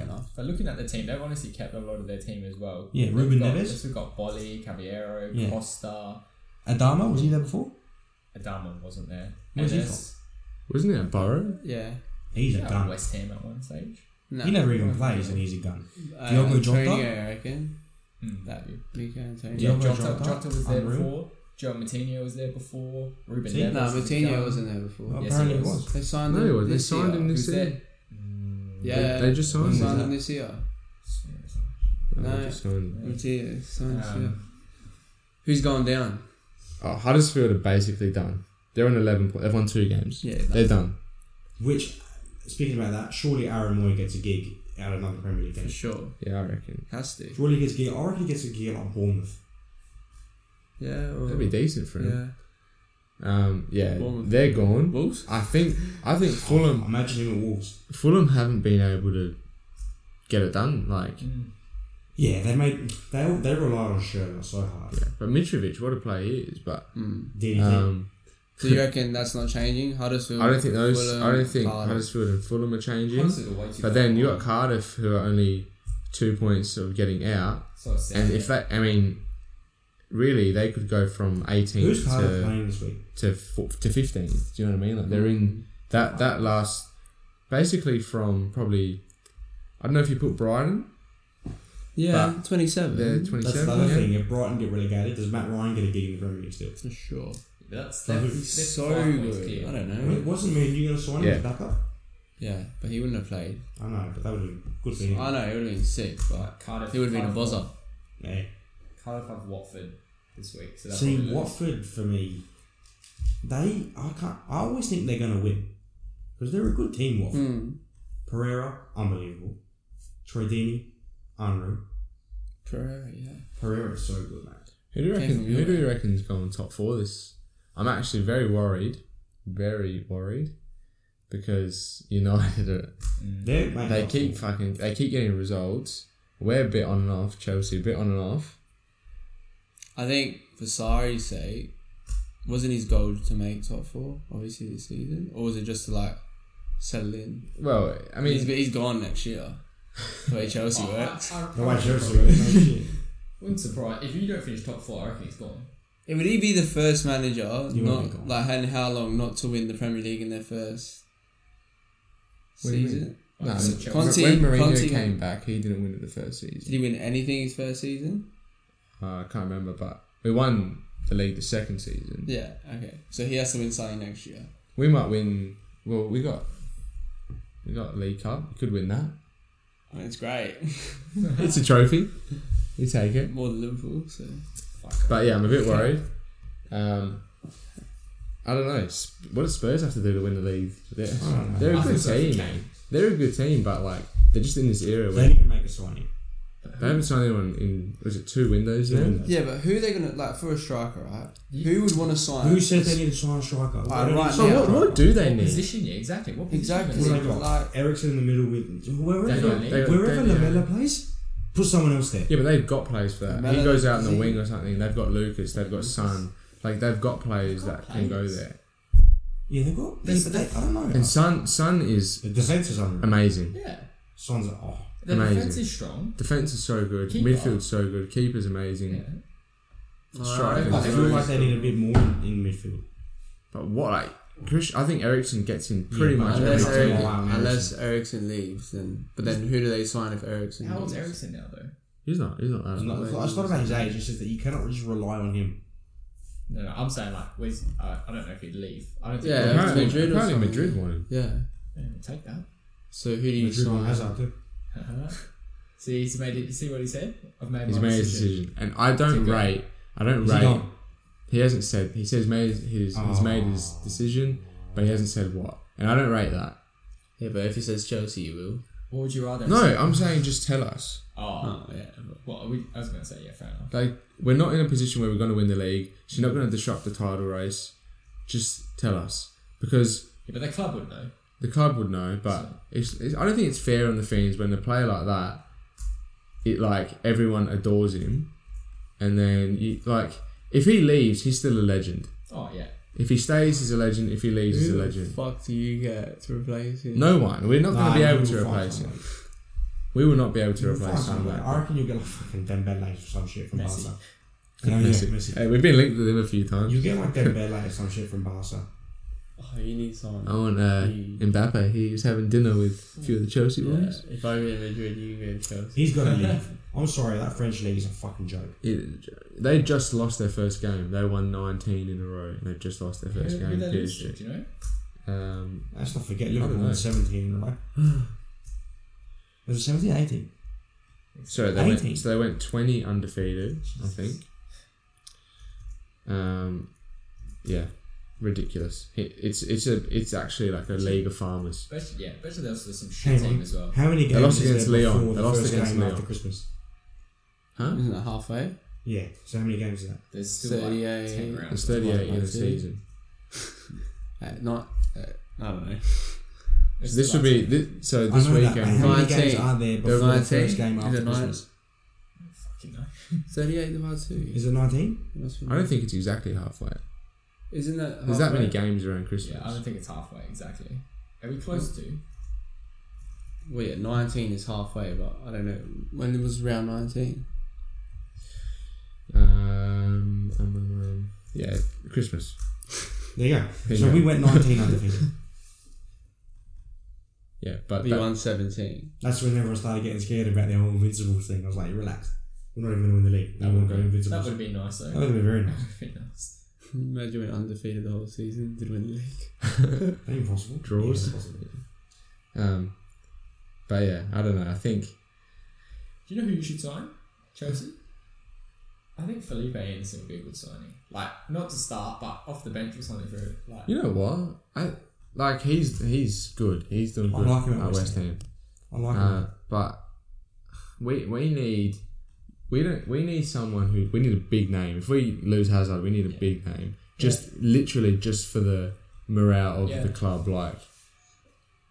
Speaker 4: enough.
Speaker 3: but looking at the team, they've honestly kept a lot of their team as well.
Speaker 1: Yeah,
Speaker 3: They've
Speaker 1: Ruben
Speaker 3: got,
Speaker 1: Neves.
Speaker 3: They've still got Bolly, Caballero,
Speaker 1: Yeah.
Speaker 3: Costa.
Speaker 1: Adama was he there before?
Speaker 3: Adama wasn't there.
Speaker 1: Where's he
Speaker 3: Enes,
Speaker 2: Wasn't it a Borough?
Speaker 4: Yeah.
Speaker 1: He's a
Speaker 3: yeah,
Speaker 1: gun.
Speaker 3: West Ham at one stage.
Speaker 4: No.
Speaker 1: He never even plays, and he's a gun.
Speaker 4: Uh,
Speaker 1: Diogo Jota?
Speaker 4: Antonio, I reckon.
Speaker 3: Mm.
Speaker 4: That Luka Antonio.
Speaker 1: Yeah.
Speaker 3: Yeah,
Speaker 1: Diogo
Speaker 3: Jota,
Speaker 1: Jota,
Speaker 3: Jota, was there
Speaker 1: unreal.
Speaker 3: before. Joe Matinho was there before. Ruben
Speaker 1: See?
Speaker 3: Neves.
Speaker 4: No,
Speaker 3: was
Speaker 4: Matinho
Speaker 3: gone.
Speaker 4: wasn't there before.
Speaker 1: Well,
Speaker 3: yes,
Speaker 1: apparently
Speaker 3: he
Speaker 1: it
Speaker 3: was.
Speaker 1: was.
Speaker 4: They signed him.
Speaker 2: No, they
Speaker 4: this
Speaker 2: signed
Speaker 4: year.
Speaker 2: him this
Speaker 3: Who's
Speaker 2: year.
Speaker 3: there? Mm,
Speaker 4: Yeah.
Speaker 2: They just signed
Speaker 4: They
Speaker 2: him.
Speaker 4: signed him this year.
Speaker 2: No,
Speaker 4: No.
Speaker 2: just going-
Speaker 4: Matinho. Signed this year.
Speaker 3: Um,
Speaker 4: Who's gone down?
Speaker 2: Oh, Huddersfield are basically done. They're on eleven. Po- they've won two games.
Speaker 4: Yeah.
Speaker 2: They're done.
Speaker 1: Which, speaking about that, surely Aaron Moy gets a gig out of another Premier League
Speaker 4: for
Speaker 1: game.
Speaker 4: sure.
Speaker 2: Yeah, I reckon
Speaker 4: Has to.
Speaker 1: Surely he gets a gig. I reckon he gets a gig at like Bournemouth.
Speaker 4: Yeah. Or,
Speaker 2: that'd be decent for him.
Speaker 4: yeah.
Speaker 2: Um, yeah,
Speaker 4: Bournemouth.
Speaker 2: they're gone.
Speaker 4: Wolves?
Speaker 2: I think I think Fulham
Speaker 1: Imagine him at Wolves.
Speaker 2: Fulham haven't been able to get it done. Like,
Speaker 3: Mm.
Speaker 1: Yeah, they made they all- they relied on Sherman so hard.
Speaker 2: yeah. but Mitrovic, what a player he is. But
Speaker 4: Mm.
Speaker 1: Did he think?
Speaker 2: um,
Speaker 4: So you reckon that's not changing? Huddersfield.
Speaker 2: I don't think those. I don't think
Speaker 4: Cardiff.
Speaker 2: Huddersfield and Fulham are changing.
Speaker 3: Honestly, the way too
Speaker 2: But then you got Cardiff, who are only two points of getting out,
Speaker 3: So sad.
Speaker 2: and if that, I mean, really, they could go from 18
Speaker 1: Who's Cardiff
Speaker 2: to
Speaker 1: playing this week?
Speaker 2: to fo- to 15. Do you know what I mean? Like they're in that that last, basically from probably. I don't know if you put Brighton.
Speaker 4: Yeah, twenty-seven.
Speaker 2: They're
Speaker 1: Mm-hmm. That's
Speaker 2: 27.
Speaker 1: the other
Speaker 2: yeah?
Speaker 1: thing. If Brighton get relegated, does Matt Ryan get a gig in the Premier League still?
Speaker 4: for sure.
Speaker 3: that's
Speaker 1: That
Speaker 3: they're,
Speaker 1: would be
Speaker 3: they're
Speaker 4: So
Speaker 3: five points
Speaker 4: good.
Speaker 3: clear.
Speaker 4: I don't
Speaker 1: I
Speaker 4: know.
Speaker 1: mean, it wasn't me and you going to sign him
Speaker 2: Yeah.
Speaker 1: as backup.
Speaker 4: Yeah, but he wouldn't have played.
Speaker 1: I know, but that would have been good for him.
Speaker 4: I know it would have been sick, but
Speaker 3: Like Cardiff.
Speaker 4: he would have been a
Speaker 3: Cardiff-
Speaker 4: buzzer.
Speaker 1: Yeah.
Speaker 3: Cardiff have Watford this week. So that's
Speaker 1: See, Watford for me, they I can't. I always think they're going to win because they're a good team. Watford.
Speaker 4: Hmm.
Speaker 1: Pereira, unbelievable. Tredini, unreal.
Speaker 4: Pereira, yeah.
Speaker 1: Pereira is so good, man.
Speaker 2: Who do you
Speaker 4: Came
Speaker 2: reckon?
Speaker 4: from
Speaker 2: Who
Speaker 4: Europe.
Speaker 2: do you reckon's going top four? This I'm actually very worried, very worried, because United are,
Speaker 1: They're, mate,
Speaker 2: they
Speaker 1: they're-
Speaker 2: keep fucking they keep getting results. We're a bit on and off. Chelsea a bit on and off.
Speaker 4: I think for Sari's sake, wasn't his goal to make top four, obviously, this season? Or was it just to, like, settle in?
Speaker 2: Well, I
Speaker 4: I mean, he's,
Speaker 2: mean,
Speaker 4: he's gone next year. The way Chelsea
Speaker 3: I- I-
Speaker 4: works.
Speaker 3: I-
Speaker 1: The way
Speaker 3: I-
Speaker 1: Chelsea are, no shit.
Speaker 3: Wouldn't surprise if you don't finish top four. I reckon he's gone.
Speaker 4: It would he be the first manager,
Speaker 1: You won't be
Speaker 4: not
Speaker 1: gone.
Speaker 4: like and how long not to win the Premier League in their first
Speaker 2: What do you
Speaker 4: season?
Speaker 2: no,
Speaker 3: Like, Chelsea-
Speaker 4: Conte-
Speaker 2: when Mourinho
Speaker 4: Conte-
Speaker 2: came back, he didn't win it the first
Speaker 4: Did
Speaker 2: season.
Speaker 4: he win anything his first season?
Speaker 2: Uh, I can't remember, but we won the league the second season.
Speaker 4: Yeah, okay. So he has to win something next year.
Speaker 2: We might win. Well, we got we got League Cup. We could win that.
Speaker 4: I mean, it's great.
Speaker 2: It's a trophy. You take it.
Speaker 4: More than Liverpool, so.
Speaker 3: Fuck.
Speaker 2: But yeah, I'm a bit worried. Um, I don't know. Sp- What does Spurs have to do to win the league? They're,
Speaker 1: I don't know.
Speaker 2: they're a good
Speaker 3: I think that's
Speaker 2: team.
Speaker 3: the game.
Speaker 2: They're a good team, but like they're just in this era
Speaker 1: They
Speaker 2: where
Speaker 1: need to make a signing.
Speaker 2: they haven't signed anyone in. Was it two windows now?
Speaker 4: Yeah, but who are they going to, like, for a striker, right? Who would want to sign?
Speaker 1: Who said they need to sign a striker?
Speaker 4: Alright,
Speaker 1: Why don't
Speaker 4: right
Speaker 1: you
Speaker 2: So
Speaker 1: sign a
Speaker 4: now-
Speaker 2: what, what
Speaker 1: striker?
Speaker 2: do they need?
Speaker 3: Position, yeah, exactly. What position
Speaker 4: Exactly.
Speaker 3: is
Speaker 1: What
Speaker 3: it?
Speaker 1: have they got?
Speaker 4: Like-
Speaker 1: Ericsson in the middle with
Speaker 3: They
Speaker 1: wherever
Speaker 3: don't need-
Speaker 1: wherever
Speaker 2: they-
Speaker 1: Lamella plays, put someone else there.
Speaker 2: Yeah, but they've got players for that. He
Speaker 4: Mellon-
Speaker 2: goes out in the
Speaker 4: Z.
Speaker 2: wing or something. They've got Lucas. They've got Sun. Like they've got players
Speaker 3: They've got
Speaker 2: that can go
Speaker 3: players.
Speaker 2: there.
Speaker 1: Yeah, they got. Yeah,
Speaker 3: That's-
Speaker 1: but they, I don't know.
Speaker 2: And Sun Sun is
Speaker 1: The defense is unreal.
Speaker 2: amazing.
Speaker 3: Yeah,
Speaker 1: Son's oh,
Speaker 3: the
Speaker 2: Amazing.
Speaker 3: defense is strong.
Speaker 2: Defense is so good.
Speaker 3: Keeper.
Speaker 2: Midfield's so good. Keeper's amazing.
Speaker 3: Yeah.
Speaker 2: Striker.
Speaker 1: I feel like they need a bit more in, in midfield.
Speaker 2: But what like Chris, I think Ericsson gets in pretty
Speaker 1: Yeah,
Speaker 2: much
Speaker 1: but
Speaker 2: every
Speaker 4: Unless,
Speaker 1: Eric-
Speaker 2: time.
Speaker 4: Eric,
Speaker 1: Wow, Ericsson.
Speaker 4: unless Ericsson leaves, then but then who do they sign if Ericsson?
Speaker 3: How old's
Speaker 4: leaves?
Speaker 3: Ericsson now, though?
Speaker 2: He's not. He's not.
Speaker 1: It's
Speaker 2: That
Speaker 1: not, it's not- it's not about his age. It's just that you cannot just rely on him.
Speaker 3: No, no, I'm saying like, where's, I I don't know if he'd leave. I don't think.
Speaker 4: Yeah,
Speaker 3: he'd
Speaker 2: apparently,
Speaker 4: Apparently- it's
Speaker 2: Madrid,
Speaker 4: Madrid or
Speaker 2: apparently
Speaker 4: something.
Speaker 2: Madrid won him.
Speaker 4: Yeah.
Speaker 3: Yeah, take that.
Speaker 4: So who do you
Speaker 1: Madrid on
Speaker 4: sign?
Speaker 1: Hazard too.
Speaker 3: see, he's made it. See what he said. I've made
Speaker 2: He's
Speaker 3: my
Speaker 2: made his
Speaker 3: decision.
Speaker 2: decision, and I don't
Speaker 3: It's a
Speaker 2: rate. I don't
Speaker 1: Is he
Speaker 2: rate.
Speaker 1: gone?
Speaker 2: He hasn't said. He says made his. He's
Speaker 1: Oh.
Speaker 2: made his decision, but he hasn't said what. And I don't rate that.
Speaker 4: Yeah, but if he says Chelsea, you will.
Speaker 3: What would you rather?
Speaker 2: No, I'm saying just tell us.
Speaker 3: Oh,
Speaker 4: Oh yeah. but-
Speaker 3: well, we, I was gonna say yeah, fair enough.
Speaker 2: Like we're not in a position where we're going to win the league. She's not going to disrupt the title race. Just tell us because
Speaker 3: Yeah, but the club would know.
Speaker 2: The club would know, but
Speaker 3: So-
Speaker 2: it's, it's. I don't think it's fair on the fans when a player like that, it like everyone adores him, and then you like if he leaves, he's still a legend.
Speaker 3: Oh yeah.
Speaker 2: If he stays, he's a legend. If he leaves, he's a
Speaker 4: Who the
Speaker 2: legend.
Speaker 4: fuck do you get to replace him?
Speaker 2: No one. We're not
Speaker 1: Nah,
Speaker 2: going to be
Speaker 1: you
Speaker 2: able
Speaker 1: will
Speaker 2: to
Speaker 1: find
Speaker 2: replace him.
Speaker 1: someone.
Speaker 2: We will not be able to
Speaker 1: You will find
Speaker 2: replace him.
Speaker 1: someone.
Speaker 2: like
Speaker 1: I reckon you'll get like fucking Dembele or some shit from
Speaker 3: Messi.
Speaker 1: Barca. You know, yeah,
Speaker 2: Messi.
Speaker 1: Messi.
Speaker 2: Hey, we've been linked with him a few times.
Speaker 1: You get like Dembele or some shit from Barca.
Speaker 4: Oh, you need someone.
Speaker 2: I want uh,
Speaker 4: He-
Speaker 2: Mbappe. He was having dinner with a few of the Chelsea
Speaker 4: Yeah,
Speaker 2: boys.
Speaker 4: if I'm in Madrid, you can go to Chelsea.
Speaker 1: He's got to leave. I'm sorry, that French league is a fucking joke.
Speaker 2: It- they just lost their first game. They won 19 in a row. and They've just lost their first
Speaker 3: Who- who
Speaker 2: game.
Speaker 3: they lose
Speaker 2: PSG.
Speaker 3: to, Do you know?
Speaker 2: Um,
Speaker 1: Let's not forget
Speaker 2: I don't
Speaker 1: Liverpool
Speaker 2: know.
Speaker 1: on 17, right? Was it 17, 18?
Speaker 2: Sorry, they went,
Speaker 1: 18.
Speaker 2: so they went 20 undefeated, I think. Um, yeah, ridiculous. It- It's it's a it's actually like a league of farmers.
Speaker 3: Bet- yeah, bet you there's some
Speaker 1: Hang
Speaker 3: shit
Speaker 1: on.
Speaker 3: team as well.
Speaker 1: How many games
Speaker 2: lost
Speaker 1: is
Speaker 2: against
Speaker 1: there
Speaker 2: Lyon.
Speaker 1: before
Speaker 2: They
Speaker 1: the
Speaker 2: lost
Speaker 1: first
Speaker 2: against
Speaker 1: game
Speaker 2: Lyon.
Speaker 1: after Christmas?
Speaker 2: Huh?
Speaker 4: Isn't it halfway?
Speaker 1: Yeah, so how many games is that?
Speaker 3: There's still like
Speaker 4: 38.
Speaker 3: ten rounds.
Speaker 2: It's 38 in the
Speaker 4: That's it.
Speaker 2: season.
Speaker 4: Uh, not. Uh, I don't know.
Speaker 2: So this should be this,
Speaker 1: I
Speaker 2: so this
Speaker 1: know that.
Speaker 2: weekend.
Speaker 1: How many games
Speaker 4: 19.
Speaker 1: are there before the first
Speaker 4: 19.
Speaker 1: game
Speaker 4: Is
Speaker 1: after
Speaker 4: it nine?
Speaker 1: Christmas?
Speaker 3: Fucking no.
Speaker 4: 38 divided 2.
Speaker 1: Is it 19?
Speaker 2: I don't think it's exactly halfway.
Speaker 4: Isn't that.
Speaker 2: There's that many
Speaker 4: halfway?
Speaker 2: games around Christmas.
Speaker 3: Yeah, I don't think it's halfway exactly. Are we close to?
Speaker 4: Well, yeah, 19 is halfway, but I don't know. When it was round 19?
Speaker 2: Um, um, um, um, yeah, Christmas.
Speaker 1: There you go.
Speaker 2: There
Speaker 1: so
Speaker 2: you go.
Speaker 1: we went 19 undefeated.
Speaker 2: Yeah, but
Speaker 4: We
Speaker 2: that-
Speaker 4: won 17.
Speaker 1: That's when everyone started getting scared about their whole Invincibles thing. I was like, relax. We're not even going to win the league. That
Speaker 2: Mm.
Speaker 1: won't go
Speaker 3: That
Speaker 1: Invincibles.
Speaker 3: would have been nice though.
Speaker 1: That would have been very
Speaker 3: That
Speaker 1: nice.
Speaker 3: would've been nice.
Speaker 4: Imagine went undefeated the whole season, did win the league.
Speaker 1: That impossible. Yeah,
Speaker 2: Draws.
Speaker 1: impossible.
Speaker 2: um, but yeah, I don't know. I think
Speaker 3: Do you know who you should sign? Chelsea. I think Felipe Anderson would be a good signing. Like not to start, but off the bench or something for it. Like
Speaker 2: you know what I like. He's he's good. He's doing
Speaker 1: I
Speaker 2: good
Speaker 1: like him at
Speaker 2: at
Speaker 1: West
Speaker 2: West Ham.
Speaker 1: I like
Speaker 2: Uh,
Speaker 1: it.
Speaker 2: but we we need we don't we need someone who we need a big name. If we lose Hazard, we need a
Speaker 3: Yeah.
Speaker 2: big name. Just literally just for the morale of
Speaker 3: Yeah.
Speaker 2: the club. Like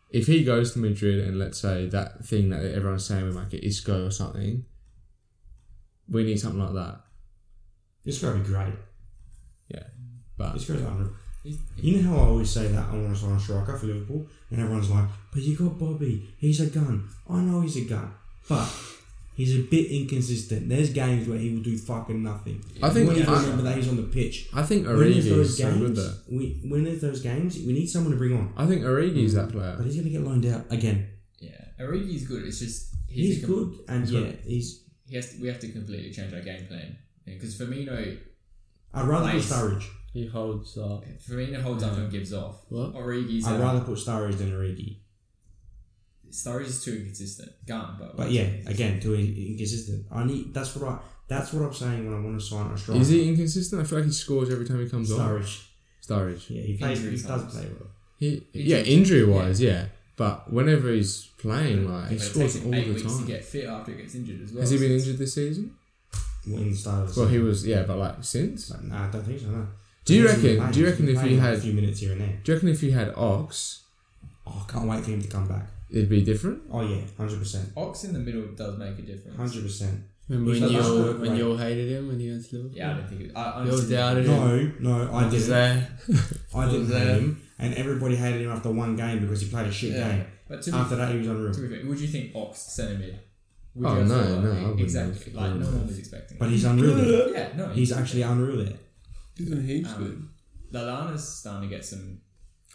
Speaker 2: if he goes to Madrid and let's say that thing that everyone's saying we might get Isco or something, we need something like that.
Speaker 1: This guy would be great.
Speaker 2: But
Speaker 1: This guy's 100.
Speaker 3: he's-
Speaker 1: You know how I always say that I want to sign a striker for Liverpool? And everyone's like, but you got Bobby. He's a gun. I know he's a gun. But he's a bit inconsistent. There's games where he will do fucking nothing.
Speaker 2: I think
Speaker 1: we need to
Speaker 2: I-
Speaker 1: remember that he's on the pitch.
Speaker 2: I think
Speaker 1: When there's
Speaker 2: Origi
Speaker 1: those
Speaker 2: is so good
Speaker 1: games,
Speaker 2: though.
Speaker 1: we, when there's those games, we need someone to bring on.
Speaker 2: I think Origi is that
Speaker 1: But
Speaker 2: player.
Speaker 1: he's going to get loaned out again.
Speaker 3: yeah, Origi's good. It's just
Speaker 1: He's,
Speaker 3: a com-
Speaker 1: good. And
Speaker 2: he's
Speaker 1: yeah,
Speaker 2: good.
Speaker 1: he's.
Speaker 3: He has to, we have to completely change our game plan because Firmino
Speaker 1: I'd rather
Speaker 3: Nice.
Speaker 1: put Sturridge.
Speaker 4: He holds up.
Speaker 3: Firmino holds up and gives off.
Speaker 4: What?
Speaker 3: Origi's um,
Speaker 1: I'd
Speaker 3: a-
Speaker 1: rather put Sturridge than Origi.
Speaker 3: Sturridge is too inconsistent. Gun, but
Speaker 1: But yeah, again, too in- inconsistent. I need. That's what I. That's what I'm saying when I want to sign a striker.
Speaker 2: Is he inconsistent? I feel like he scores every time he comes on.
Speaker 1: Sturridge?
Speaker 2: Sturridge.
Speaker 1: Yeah, he plays. He
Speaker 3: Injury
Speaker 1: does
Speaker 3: times.
Speaker 1: play well.
Speaker 2: He,
Speaker 3: He
Speaker 2: yeah,
Speaker 3: takes-
Speaker 2: injury wise, yeah. But whenever he's playing,
Speaker 3: Yeah,
Speaker 2: like
Speaker 3: but
Speaker 2: he
Speaker 3: it
Speaker 2: scores
Speaker 3: takes him
Speaker 2: all
Speaker 3: eight
Speaker 2: the
Speaker 3: weeks
Speaker 2: time.
Speaker 3: to get fit after he gets injured as well.
Speaker 2: Has he been injured this season?
Speaker 1: When the start of the
Speaker 2: Well, he
Speaker 1: season.
Speaker 2: was, yeah, but like since.
Speaker 1: But nah, I don't think so. No.
Speaker 2: Do
Speaker 1: He's
Speaker 2: you
Speaker 1: been
Speaker 2: reckon?
Speaker 1: playing-
Speaker 2: Do you
Speaker 1: he's
Speaker 2: reckon
Speaker 1: been
Speaker 2: if you
Speaker 1: playing
Speaker 2: had?
Speaker 1: a
Speaker 2: Do
Speaker 1: few minutes here and there?
Speaker 2: you reckon if you had Ox,
Speaker 1: Oh, I can't wait for him to come back.
Speaker 2: it'd be different?
Speaker 1: Oh yeah, hundred percent,
Speaker 3: Ox in the middle does make a difference.
Speaker 1: hundred percent.
Speaker 4: Remember
Speaker 1: He's
Speaker 4: when
Speaker 1: the
Speaker 4: you
Speaker 1: last
Speaker 4: all,
Speaker 1: one,
Speaker 4: when
Speaker 1: right?
Speaker 4: you all hated him when you went to Liverpool?
Speaker 3: Yeah, I don't think. It, I, I
Speaker 4: You all
Speaker 3: honestly-
Speaker 4: doubted him.
Speaker 1: No, no, I
Speaker 4: I was
Speaker 1: didn't.
Speaker 4: there.
Speaker 1: I didn't hate
Speaker 4: was there.
Speaker 1: him, and everybody hated him after one game because he played a shit
Speaker 4: Yeah.
Speaker 1: game.
Speaker 3: But to be,
Speaker 1: After that, he was
Speaker 3: to
Speaker 1: unreal.
Speaker 3: be fair, would you think Ox centre mid? Would
Speaker 2: Oh,
Speaker 3: you have
Speaker 2: no,
Speaker 3: thought,
Speaker 2: no, I
Speaker 3: like,
Speaker 2: wouldn't
Speaker 3: exactly.
Speaker 2: have.
Speaker 3: Like no
Speaker 2: Yeah.
Speaker 3: one was expecting.
Speaker 1: But
Speaker 3: that.
Speaker 1: he's unreal. there.
Speaker 3: yeah, no,
Speaker 1: He's actually unreal there.
Speaker 4: He's doing heaps good.
Speaker 3: Um, Lalana's starting to get some.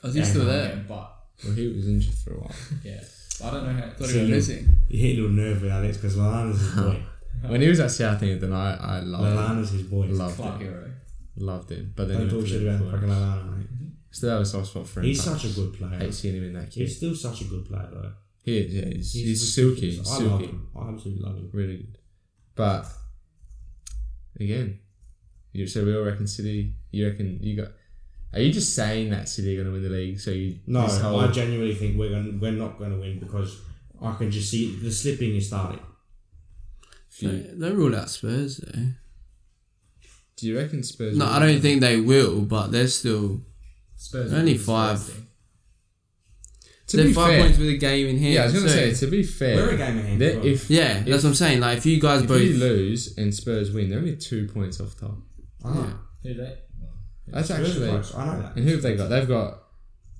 Speaker 4: Oh, he's still there.
Speaker 3: but
Speaker 2: Well, he was injured for a while.
Speaker 3: yeah, but I don't know how.
Speaker 4: Thought he was
Speaker 1: See.
Speaker 4: missing.
Speaker 1: You hit a little nerve with Alex because Lalana's his boy.
Speaker 2: when he was at Southampton, I I loved
Speaker 1: Lalana's his boy.
Speaker 2: him. loved
Speaker 3: Club
Speaker 2: him,
Speaker 3: hero.
Speaker 2: loved him. But then
Speaker 1: Don't
Speaker 2: he
Speaker 1: talk
Speaker 2: went to
Speaker 1: shit about
Speaker 2: Liverpool.
Speaker 1: fucking Lalana, mate.
Speaker 2: Still have a soft spot for him.
Speaker 1: He's
Speaker 2: but
Speaker 1: such a good player.
Speaker 2: I hate seeing him in that kit.
Speaker 1: He's still such a good player though.
Speaker 2: He is, yeah. He's, he's,
Speaker 1: ridiculous.
Speaker 2: silky, he's
Speaker 1: I
Speaker 2: silky.
Speaker 1: love him. I absolutely love him.
Speaker 2: really good. But again, you so we all reckon City. You reckon you got? Are you just saying that City are going to win the league? So you
Speaker 1: No,
Speaker 2: this whole-
Speaker 1: I genuinely think we're going we're not going to win because I can just see the slipping is starting.
Speaker 2: Few-
Speaker 4: They rule out Spurs though.
Speaker 2: do you reckon Spurs?
Speaker 4: No,
Speaker 2: will-
Speaker 4: I don't think they will, but they're still
Speaker 3: Spurs
Speaker 4: Only
Speaker 3: were the
Speaker 4: five.
Speaker 3: Spurs team.
Speaker 2: To
Speaker 4: they're
Speaker 2: be
Speaker 4: five
Speaker 2: fair,
Speaker 4: points with a game in hand.
Speaker 2: yeah, I was going to
Speaker 4: so-
Speaker 2: say. To be fair,
Speaker 1: We're a game ahead.
Speaker 2: they're-
Speaker 1: as well.
Speaker 2: if
Speaker 4: Yeah,
Speaker 2: If-
Speaker 4: that's what I'm saying. Like if you guys
Speaker 2: if
Speaker 4: both
Speaker 2: we lose and Spurs win, they're only two points off top.
Speaker 1: I know.
Speaker 3: Who they?
Speaker 2: That's
Speaker 1: Really
Speaker 2: actually.
Speaker 1: close. I know that.
Speaker 2: And who have they got? They've got.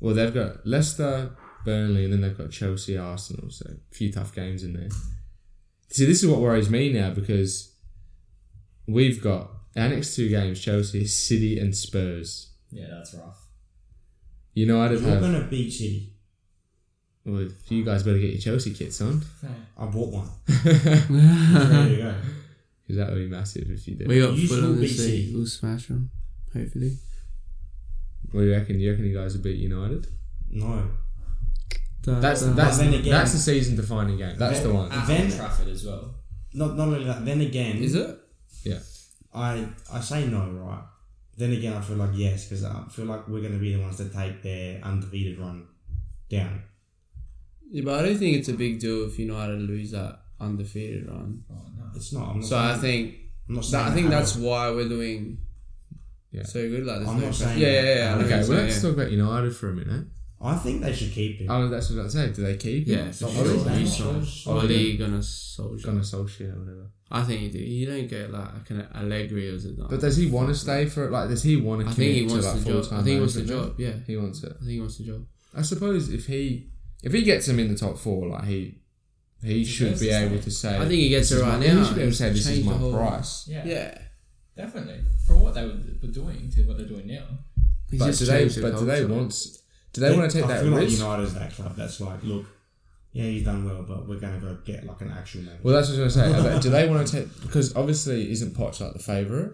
Speaker 2: Well, they've got Leicester, Burnley, and then they've got Chelsea, Arsenal. So a few tough games in there. See, this is what worries me now because we've got our next two games: Chelsea, City, and Spurs.
Speaker 3: Yeah, that's rough.
Speaker 2: United
Speaker 1: We're
Speaker 2: have.
Speaker 1: going to beat City.
Speaker 2: Well, you guys better get your Chelsea kits on
Speaker 1: I bought one. It's ready to go.
Speaker 2: because that would be massive if you did.
Speaker 4: we got
Speaker 1: You
Speaker 4: Fulham
Speaker 1: saw
Speaker 4: this
Speaker 1: BC.
Speaker 4: week, we'll smash them. Hopefully,
Speaker 2: What do you reckon? Do you reckon you guys will beat United?
Speaker 1: No.
Speaker 2: That's
Speaker 4: Da- da-
Speaker 2: that's
Speaker 1: Uh, then again-
Speaker 2: that's the season defining game. That's the one.
Speaker 3: At
Speaker 1: Then-
Speaker 3: Old Trafford as well.
Speaker 1: Not not only that. Then again,
Speaker 4: is it?
Speaker 2: Yeah.
Speaker 1: I I say no, right? Then again, I feel like yes because I feel like we're going to be the ones that take their undefeated run down.
Speaker 4: Yeah, but I don't think it's a big deal if United lose that undefeated run.
Speaker 3: Oh no.
Speaker 1: It's not. I'm not
Speaker 4: So I think
Speaker 1: I'm not saying
Speaker 4: that, I think
Speaker 1: at
Speaker 4: that's
Speaker 1: all.
Speaker 4: why we're doing
Speaker 2: Yeah.
Speaker 4: So good, like. there's
Speaker 1: I'm
Speaker 4: no
Speaker 1: not
Speaker 4: question.
Speaker 1: saying
Speaker 4: Yeah,
Speaker 1: that.
Speaker 4: yeah, yeah. I know
Speaker 2: Okay,
Speaker 4: what
Speaker 2: well,
Speaker 4: you're
Speaker 2: let's
Speaker 4: saying,
Speaker 2: talk about United for a minute.
Speaker 1: I think they should keep him.
Speaker 2: Oh, that's what I was about to say. Do they keep? him?
Speaker 4: Yeah, for
Speaker 1: Solskjaer,
Speaker 4: sure.
Speaker 1: isn't it?
Speaker 4: You saw-
Speaker 1: Solskjaer.
Speaker 4: Oli gonna soldier.
Speaker 2: Gonna Solskjaer or whatever.
Speaker 4: I think you do. You don't get like a kind of Allegri as a
Speaker 2: But does he want to stay for it? Like, does he want to?
Speaker 4: I think he
Speaker 2: commit
Speaker 4: wants
Speaker 2: to, like,
Speaker 4: the job.
Speaker 2: full-time
Speaker 4: I think he wants the
Speaker 2: management?
Speaker 4: job. Yeah,
Speaker 2: He wants it.
Speaker 4: I think he wants the job.
Speaker 2: I suppose if he if he gets him in the top four, like he he should
Speaker 3: does
Speaker 2: be
Speaker 3: the
Speaker 2: able
Speaker 3: same.
Speaker 2: to say.
Speaker 4: I think he gets
Speaker 2: this
Speaker 4: it
Speaker 2: is
Speaker 4: right
Speaker 2: my-
Speaker 4: now.
Speaker 2: He should be able to say this is
Speaker 4: Change the
Speaker 2: my
Speaker 4: whole-
Speaker 2: price.
Speaker 3: Yeah,
Speaker 4: Yeah,
Speaker 3: definitely. For what they were, were doing to what they're doing now.
Speaker 4: He's
Speaker 2: But
Speaker 4: just
Speaker 2: do they,
Speaker 4: changed the
Speaker 2: but do they
Speaker 4: culture.
Speaker 2: want? Do they want to take
Speaker 1: I
Speaker 2: that
Speaker 1: feel
Speaker 2: risk?
Speaker 1: like United's that club that's like, look, yeah, he's done well, but we're going to go get like an actual manager.
Speaker 2: well, that's what I was going to say. But do they want to take? Because obviously, isn't Poch like the favorite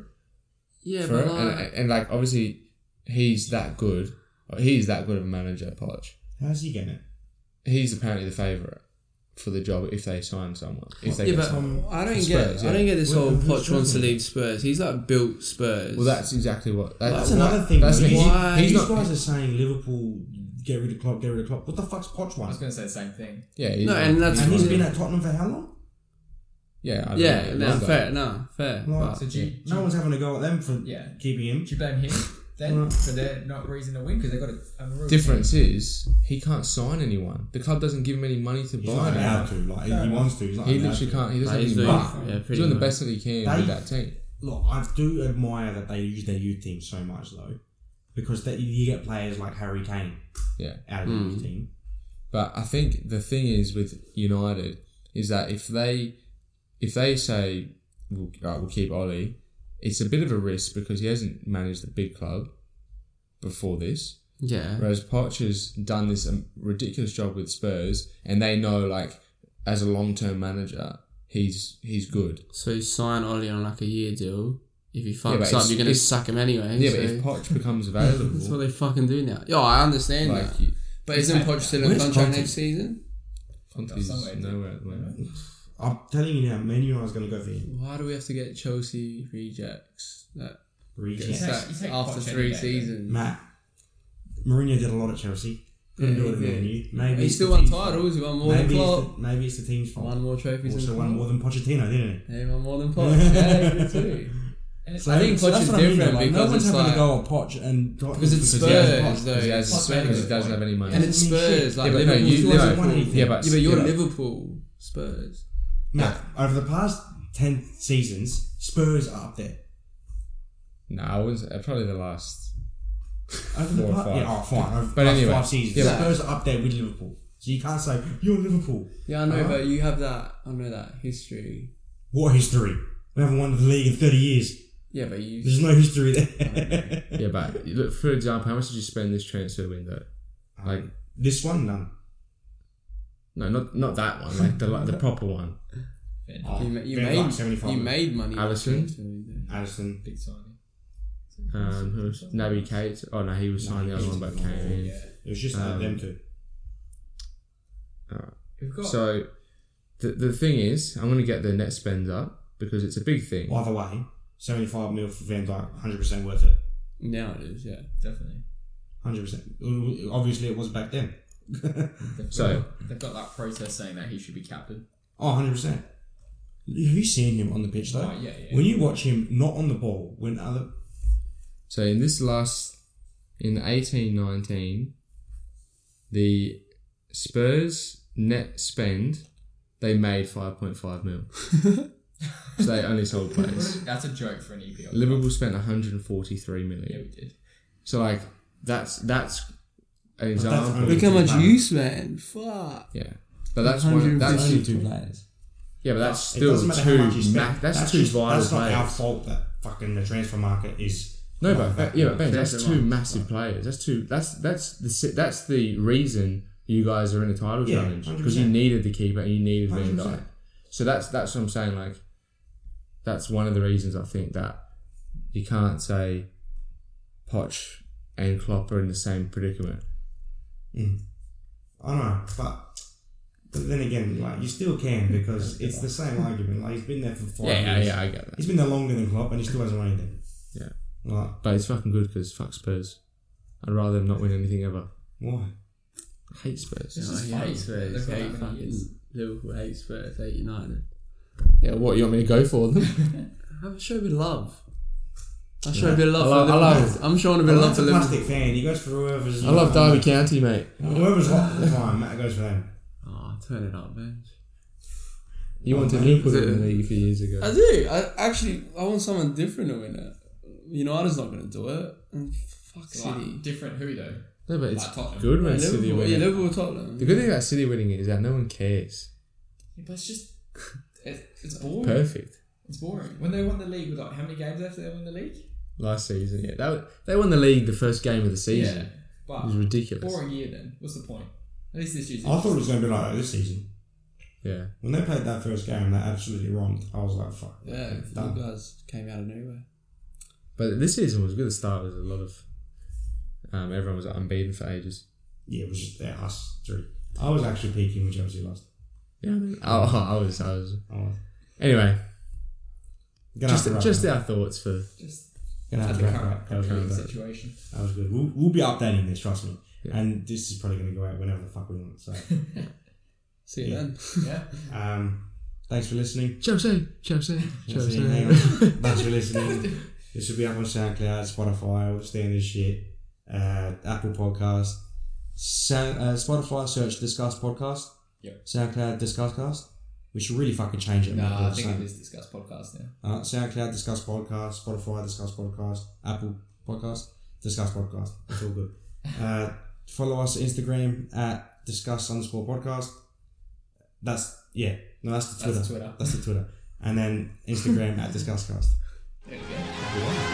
Speaker 4: Yeah,
Speaker 2: for
Speaker 4: but
Speaker 2: it?
Speaker 4: like,
Speaker 2: And, uh, and like obviously, he's that good. He's that good of a manager, Poch.
Speaker 1: How's he getting it?
Speaker 2: He's apparently the favorite for the job if they sign someone. If they
Speaker 4: yeah,
Speaker 2: get
Speaker 4: but
Speaker 2: someone.
Speaker 4: I don't
Speaker 2: Spurs,
Speaker 4: get.
Speaker 2: yeah.
Speaker 4: I don't get this
Speaker 1: Well,
Speaker 4: whole
Speaker 1: who's
Speaker 4: Poch wants to
Speaker 1: talking?
Speaker 4: leave Spurs. He's like built Spurs.
Speaker 2: Well, that's exactly what.
Speaker 1: That's another thing.
Speaker 2: That's
Speaker 1: though.
Speaker 2: the-
Speaker 1: You-
Speaker 4: why-
Speaker 2: he's
Speaker 1: These
Speaker 2: not.
Speaker 1: guys are saying Liverpool get rid of Klopp, get rid of Klopp. What the fuck's Poch
Speaker 3: I
Speaker 1: won?
Speaker 3: was going to say the same thing.
Speaker 2: Yeah, he's
Speaker 4: no,
Speaker 2: not-
Speaker 4: and that's
Speaker 1: And he's
Speaker 4: what-
Speaker 1: been at Tottenham for how long?
Speaker 2: yeah, I
Speaker 4: yeah,
Speaker 2: don't know,
Speaker 4: no,
Speaker 2: Longer.
Speaker 4: fair, no, fair.
Speaker 1: Like,
Speaker 3: So do you, do,
Speaker 1: no
Speaker 3: you,
Speaker 1: one's having a go at them for
Speaker 3: Yeah.
Speaker 1: keeping him.
Speaker 3: do you blame him then for their not reason to win because they got a, a real
Speaker 2: difference is he can't sign anyone. The club doesn't give him any money to
Speaker 1: He's
Speaker 2: buy.
Speaker 1: not allowed
Speaker 2: anyone.
Speaker 1: to. Like
Speaker 3: Fair
Speaker 1: he
Speaker 3: enough.
Speaker 1: wants to. He's not
Speaker 2: He
Speaker 1: allowed
Speaker 2: literally
Speaker 1: to.
Speaker 2: can't. He
Speaker 4: But
Speaker 2: doesn't
Speaker 4: he's
Speaker 2: even
Speaker 4: doing,
Speaker 2: buy.
Speaker 4: yeah,
Speaker 2: He's
Speaker 4: pretty
Speaker 2: doing the
Speaker 4: much.
Speaker 2: best that he can
Speaker 1: They-
Speaker 2: with that team.
Speaker 1: Look, I do admire that they use their youth team so much though, because that you get players like Harry Kane
Speaker 2: Yeah,
Speaker 1: out of the
Speaker 2: Hmm.
Speaker 4: Mm.
Speaker 1: youth team.
Speaker 2: but I think the thing is with United is that if they if they say we'll, all right, we'll keep Ollie, it's a bit of a risk because he hasn't managed the big club before this.
Speaker 4: Yeah,
Speaker 2: Whereas Poch has done this um, ridiculous job with Spurs, and they know like as a long term manager, he's he's good.
Speaker 4: so you sign Ollie on like a year deal. If he
Speaker 2: but
Speaker 4: fucks
Speaker 2: it's-
Speaker 4: up, you're gonna
Speaker 2: it's-
Speaker 4: sack him anyway.
Speaker 2: Yeah,
Speaker 4: so
Speaker 2: but if Poch becomes
Speaker 4: that's what
Speaker 2: available,
Speaker 4: they fucking do now. Yeah, I understand
Speaker 2: like
Speaker 4: that.
Speaker 2: you,
Speaker 4: But isn't Poch still in
Speaker 1: Where's
Speaker 4: contract
Speaker 1: Conte?
Speaker 4: next season?
Speaker 2: Conte's
Speaker 3: Somewhere, isn't it?
Speaker 2: nowhere at the moment.
Speaker 1: I'm telling you now, Man United is going to go for him.
Speaker 4: Why do we have to get Chelsea rejects that
Speaker 1: Reject.
Speaker 4: get
Speaker 3: take-
Speaker 4: sacked
Speaker 3: you take
Speaker 4: after
Speaker 3: Poch any
Speaker 4: three
Speaker 3: day,
Speaker 4: seasons?
Speaker 1: Matt, Mourinho did a lot at Chelsea. Couldn't
Speaker 4: Yeah,
Speaker 1: do it at
Speaker 4: he
Speaker 1: Man
Speaker 4: did.
Speaker 1: U. Maybe
Speaker 4: he
Speaker 1: it's
Speaker 4: still
Speaker 1: the
Speaker 4: won
Speaker 1: team's
Speaker 4: titles. He won
Speaker 1: fault.
Speaker 4: more than
Speaker 1: Maybe
Speaker 4: Klopp.
Speaker 1: it's, the, maybe it's the team's fault.
Speaker 4: Won more trophies
Speaker 1: also
Speaker 4: than
Speaker 1: won
Speaker 4: Klopp.
Speaker 1: more than Pochettino, didn't
Speaker 4: They won more than Poch. yeah, they too.
Speaker 3: And it's
Speaker 1: he?
Speaker 4: I think
Speaker 1: So
Speaker 4: Poch
Speaker 1: that's
Speaker 4: is
Speaker 1: what I mean,
Speaker 4: different
Speaker 1: like, no
Speaker 4: because
Speaker 1: one's
Speaker 4: it's
Speaker 1: having
Speaker 4: like-
Speaker 1: a go at Poch and
Speaker 4: Because it's
Speaker 2: he has
Speaker 4: Spurs, though.
Speaker 2: Because he, has,
Speaker 3: Poch
Speaker 4: Spurs.
Speaker 3: made
Speaker 2: because he
Speaker 3: good
Speaker 2: doesn't
Speaker 3: point.
Speaker 2: have any money.
Speaker 4: And it's
Speaker 1: Doesn't mean
Speaker 4: Spurs.
Speaker 1: shit.
Speaker 4: Like
Speaker 2: Yeah, but no,
Speaker 4: Liverpool.
Speaker 2: you-
Speaker 4: still
Speaker 2: no,
Speaker 4: hasn't won
Speaker 1: yeah,
Speaker 4: anything.
Speaker 2: yeah, but-
Speaker 4: yeah, but you're
Speaker 2: yeah, but-
Speaker 4: Liverpool Spurs.
Speaker 1: Now, over the past 10 seasons, Spurs are up there.
Speaker 2: No, I was uh, probably the last.
Speaker 1: Over the
Speaker 2: Four or
Speaker 1: past,
Speaker 2: five.
Speaker 1: yeah, oh, fine. Over the
Speaker 2: But
Speaker 1: past
Speaker 2: anyway,
Speaker 1: five seasons,
Speaker 2: yeah,
Speaker 1: Spurs are up there with Liverpool. So you can't say, you're Liverpool.
Speaker 4: Yeah, I know,
Speaker 1: Uh-huh.
Speaker 4: but you have that. I know that history.
Speaker 1: What history? We haven't won the league in 30 years.
Speaker 4: Yeah, but you.
Speaker 1: There's no history there.
Speaker 2: Yeah, but look for example, how much did you spend this transfer window? Like,
Speaker 1: this one, none.
Speaker 2: no, not not that one. Like the like, the proper one.
Speaker 4: You, ma- you
Speaker 1: Bit
Speaker 4: made
Speaker 1: Ah, like 75.
Speaker 4: you made money.
Speaker 2: Allison?
Speaker 1: Addison.
Speaker 3: big signing.
Speaker 2: Um, who was Naby Kate? Oh no, he was signed the other one, but came in.
Speaker 3: Yeah.
Speaker 1: It was just
Speaker 2: Um,
Speaker 1: them two.
Speaker 3: We've got
Speaker 2: So the, the thing is, I'm going to get the net spend up because it's a big thing.
Speaker 1: By the way, 75 mil for Van Dyke, 100% worth it.
Speaker 4: Now it is. Yeah.
Speaker 3: definitely.
Speaker 1: 100%. Obviously, it was back then.
Speaker 3: They've
Speaker 2: So-
Speaker 3: got, they've got that protest saying that he should be captain.
Speaker 1: Oh, 100%. Have you seen him on the pitch, though?
Speaker 3: Oh, yeah, yeah.
Speaker 1: When you watch him not on the ball, when other
Speaker 2: So in this last, in 1819, the Spurs net spend, they made 5.5 mil. so they only sold players.
Speaker 3: That's a joke for an E EPL.
Speaker 2: Liverpool spent 143 million.
Speaker 3: Yeah, we did.
Speaker 2: So like that's that's an
Speaker 1: that's
Speaker 2: example.
Speaker 1: only-
Speaker 4: Look how much
Speaker 1: Man.
Speaker 4: you spent. Fuck.
Speaker 2: yeah, but that's one. That's
Speaker 1: only two players.
Speaker 2: yeah, but that's
Speaker 1: It
Speaker 2: still
Speaker 1: doesn't
Speaker 2: two.
Speaker 1: matter how much you spend.
Speaker 2: ma- that's, two
Speaker 1: just-
Speaker 2: vital
Speaker 1: That's not
Speaker 2: players.
Speaker 1: our fault that fucking the transfer market is.
Speaker 2: No,
Speaker 1: like
Speaker 2: but
Speaker 1: that.
Speaker 2: yeah, but Ben, that's
Speaker 4: Fair
Speaker 2: two
Speaker 4: enough.
Speaker 2: massive players. That's two. That's that's the si- that's the reason you guys are in a title
Speaker 1: Yeah,
Speaker 2: challenge because you
Speaker 1: 100%.
Speaker 2: needed the keeper and you needed
Speaker 1: 100%.
Speaker 2: Van Dijk. So that's that's what I'm saying. Like, that's one of the reasons I think that you can't say Poch and Klopp are in the same predicament.
Speaker 1: Mm. I know, but but then again, like you still can because it's the same argument. Like he's been there for five
Speaker 2: Yeah, yeah,
Speaker 1: years.
Speaker 2: yeah, I get that.
Speaker 1: He's been there longer than Klopp, and he still hasn't won anything.
Speaker 2: Yeah.
Speaker 1: Like
Speaker 2: But it's fucking good because fuck Spurs. I'd rather them not win anything ever.
Speaker 1: why?
Speaker 2: I hate Spurs.
Speaker 3: This is
Speaker 4: I hate
Speaker 3: fake. They've
Speaker 4: Spurs.
Speaker 3: got
Speaker 4: Hate
Speaker 3: that many years.
Speaker 4: fucking Liverpool. Hate Spurs. Hate United.
Speaker 2: Yeah, what you want me to go for them?
Speaker 4: Have a show with love. I show a bit of love.
Speaker 2: I love-
Speaker 4: for
Speaker 2: I love-
Speaker 4: Liverpool. I'm showing a bit
Speaker 1: But
Speaker 4: of love
Speaker 1: that's
Speaker 4: for
Speaker 1: a
Speaker 4: Liverpool.
Speaker 1: plastic fan. He goes for whoever's.
Speaker 2: I love Derby County, mate.
Speaker 1: Whoever's hot at the time, Matt goes for them.
Speaker 4: Oh, turn it up, man.
Speaker 2: You wanted
Speaker 1: mate.
Speaker 2: Liverpool in
Speaker 4: Is
Speaker 2: the
Speaker 4: it-
Speaker 2: league a few years ago.
Speaker 4: I do. I actually I want someone different to win it. United's not going to do it. And fuck
Speaker 3: So, like,
Speaker 4: City.
Speaker 3: different who though?
Speaker 2: No, but it's
Speaker 3: Like Tottenham.
Speaker 2: good
Speaker 4: Yeah,
Speaker 2: when City
Speaker 4: Liverpool,
Speaker 2: win.
Speaker 4: yeah,
Speaker 2: it.
Speaker 4: Liverpool, Tottenham.
Speaker 2: The good thing about City winning it is that no one cares.
Speaker 3: Yeah, but it's just it, it's boring.
Speaker 2: Perfect.
Speaker 3: It's boring. When they won the league, with like how many games left? They won the league.
Speaker 2: Last season, yeah. That, they won the league the first game of the season.
Speaker 3: Yeah,
Speaker 2: It was
Speaker 3: but
Speaker 2: ridiculous.
Speaker 3: boring year. Then what's the point? At least this year's.
Speaker 1: I thought it was going to be like that this season.
Speaker 2: Yeah.
Speaker 1: When they played that first game, they absolutely romped. I was like, fuck.
Speaker 4: Yeah,
Speaker 1: it's
Speaker 4: you
Speaker 1: done.
Speaker 4: guys came out of nowhere.
Speaker 2: But this season was good. The start was a lot of. Um, everyone was unbeaten for ages.
Speaker 1: Yeah, it was just yeah, us three. I was actually peaking when Chelsea lost.
Speaker 2: Yeah, I mean, oh, I was, I was.
Speaker 1: I was.
Speaker 2: Anyway,
Speaker 1: Gonna have to
Speaker 2: just
Speaker 1: wrap
Speaker 2: just
Speaker 1: it up.
Speaker 2: our thoughts for.
Speaker 3: just
Speaker 1: Gonna
Speaker 3: at
Speaker 1: have
Speaker 3: the
Speaker 1: to wrap it up.
Speaker 3: current,
Speaker 1: That was
Speaker 3: current
Speaker 1: good.
Speaker 3: situation.
Speaker 1: That was good. We'll, we'll be updating this, trust me.
Speaker 2: Yeah.
Speaker 1: And this is probably going to go out whenever the fuck we want. So,
Speaker 4: See you
Speaker 1: Yeah.
Speaker 4: then.
Speaker 3: Yeah.
Speaker 1: um, thanks for listening.
Speaker 2: Chelsea, Chelsea,
Speaker 1: That's
Speaker 2: Chelsea.
Speaker 1: it, hang on. Thanks for listening. This will be up on SoundCloud, Spotify, all the standard shit, uh, Apple Podcast, Sound, uh, Spotify. Search Discuss Podcast.
Speaker 3: Yep.
Speaker 1: SoundCloud Discuss Cast. We should really fucking change it.
Speaker 3: Nah, I
Speaker 1: Make it
Speaker 3: think
Speaker 1: all
Speaker 3: it
Speaker 1: the
Speaker 3: is discussed podcast now.
Speaker 1: same. Uh, SoundCloud Discuss Podcast, Spotify Discuss Podcast, Apple Podcast Discuss Podcast. It's all good. uh, follow us Instagram at Discuss underscore Podcast. That's yeah. No, that's the Twitter.
Speaker 3: That's Twitter.
Speaker 1: That's the Twitter. And then Instagram at Discusscast.
Speaker 3: There we go.
Speaker 1: Wow.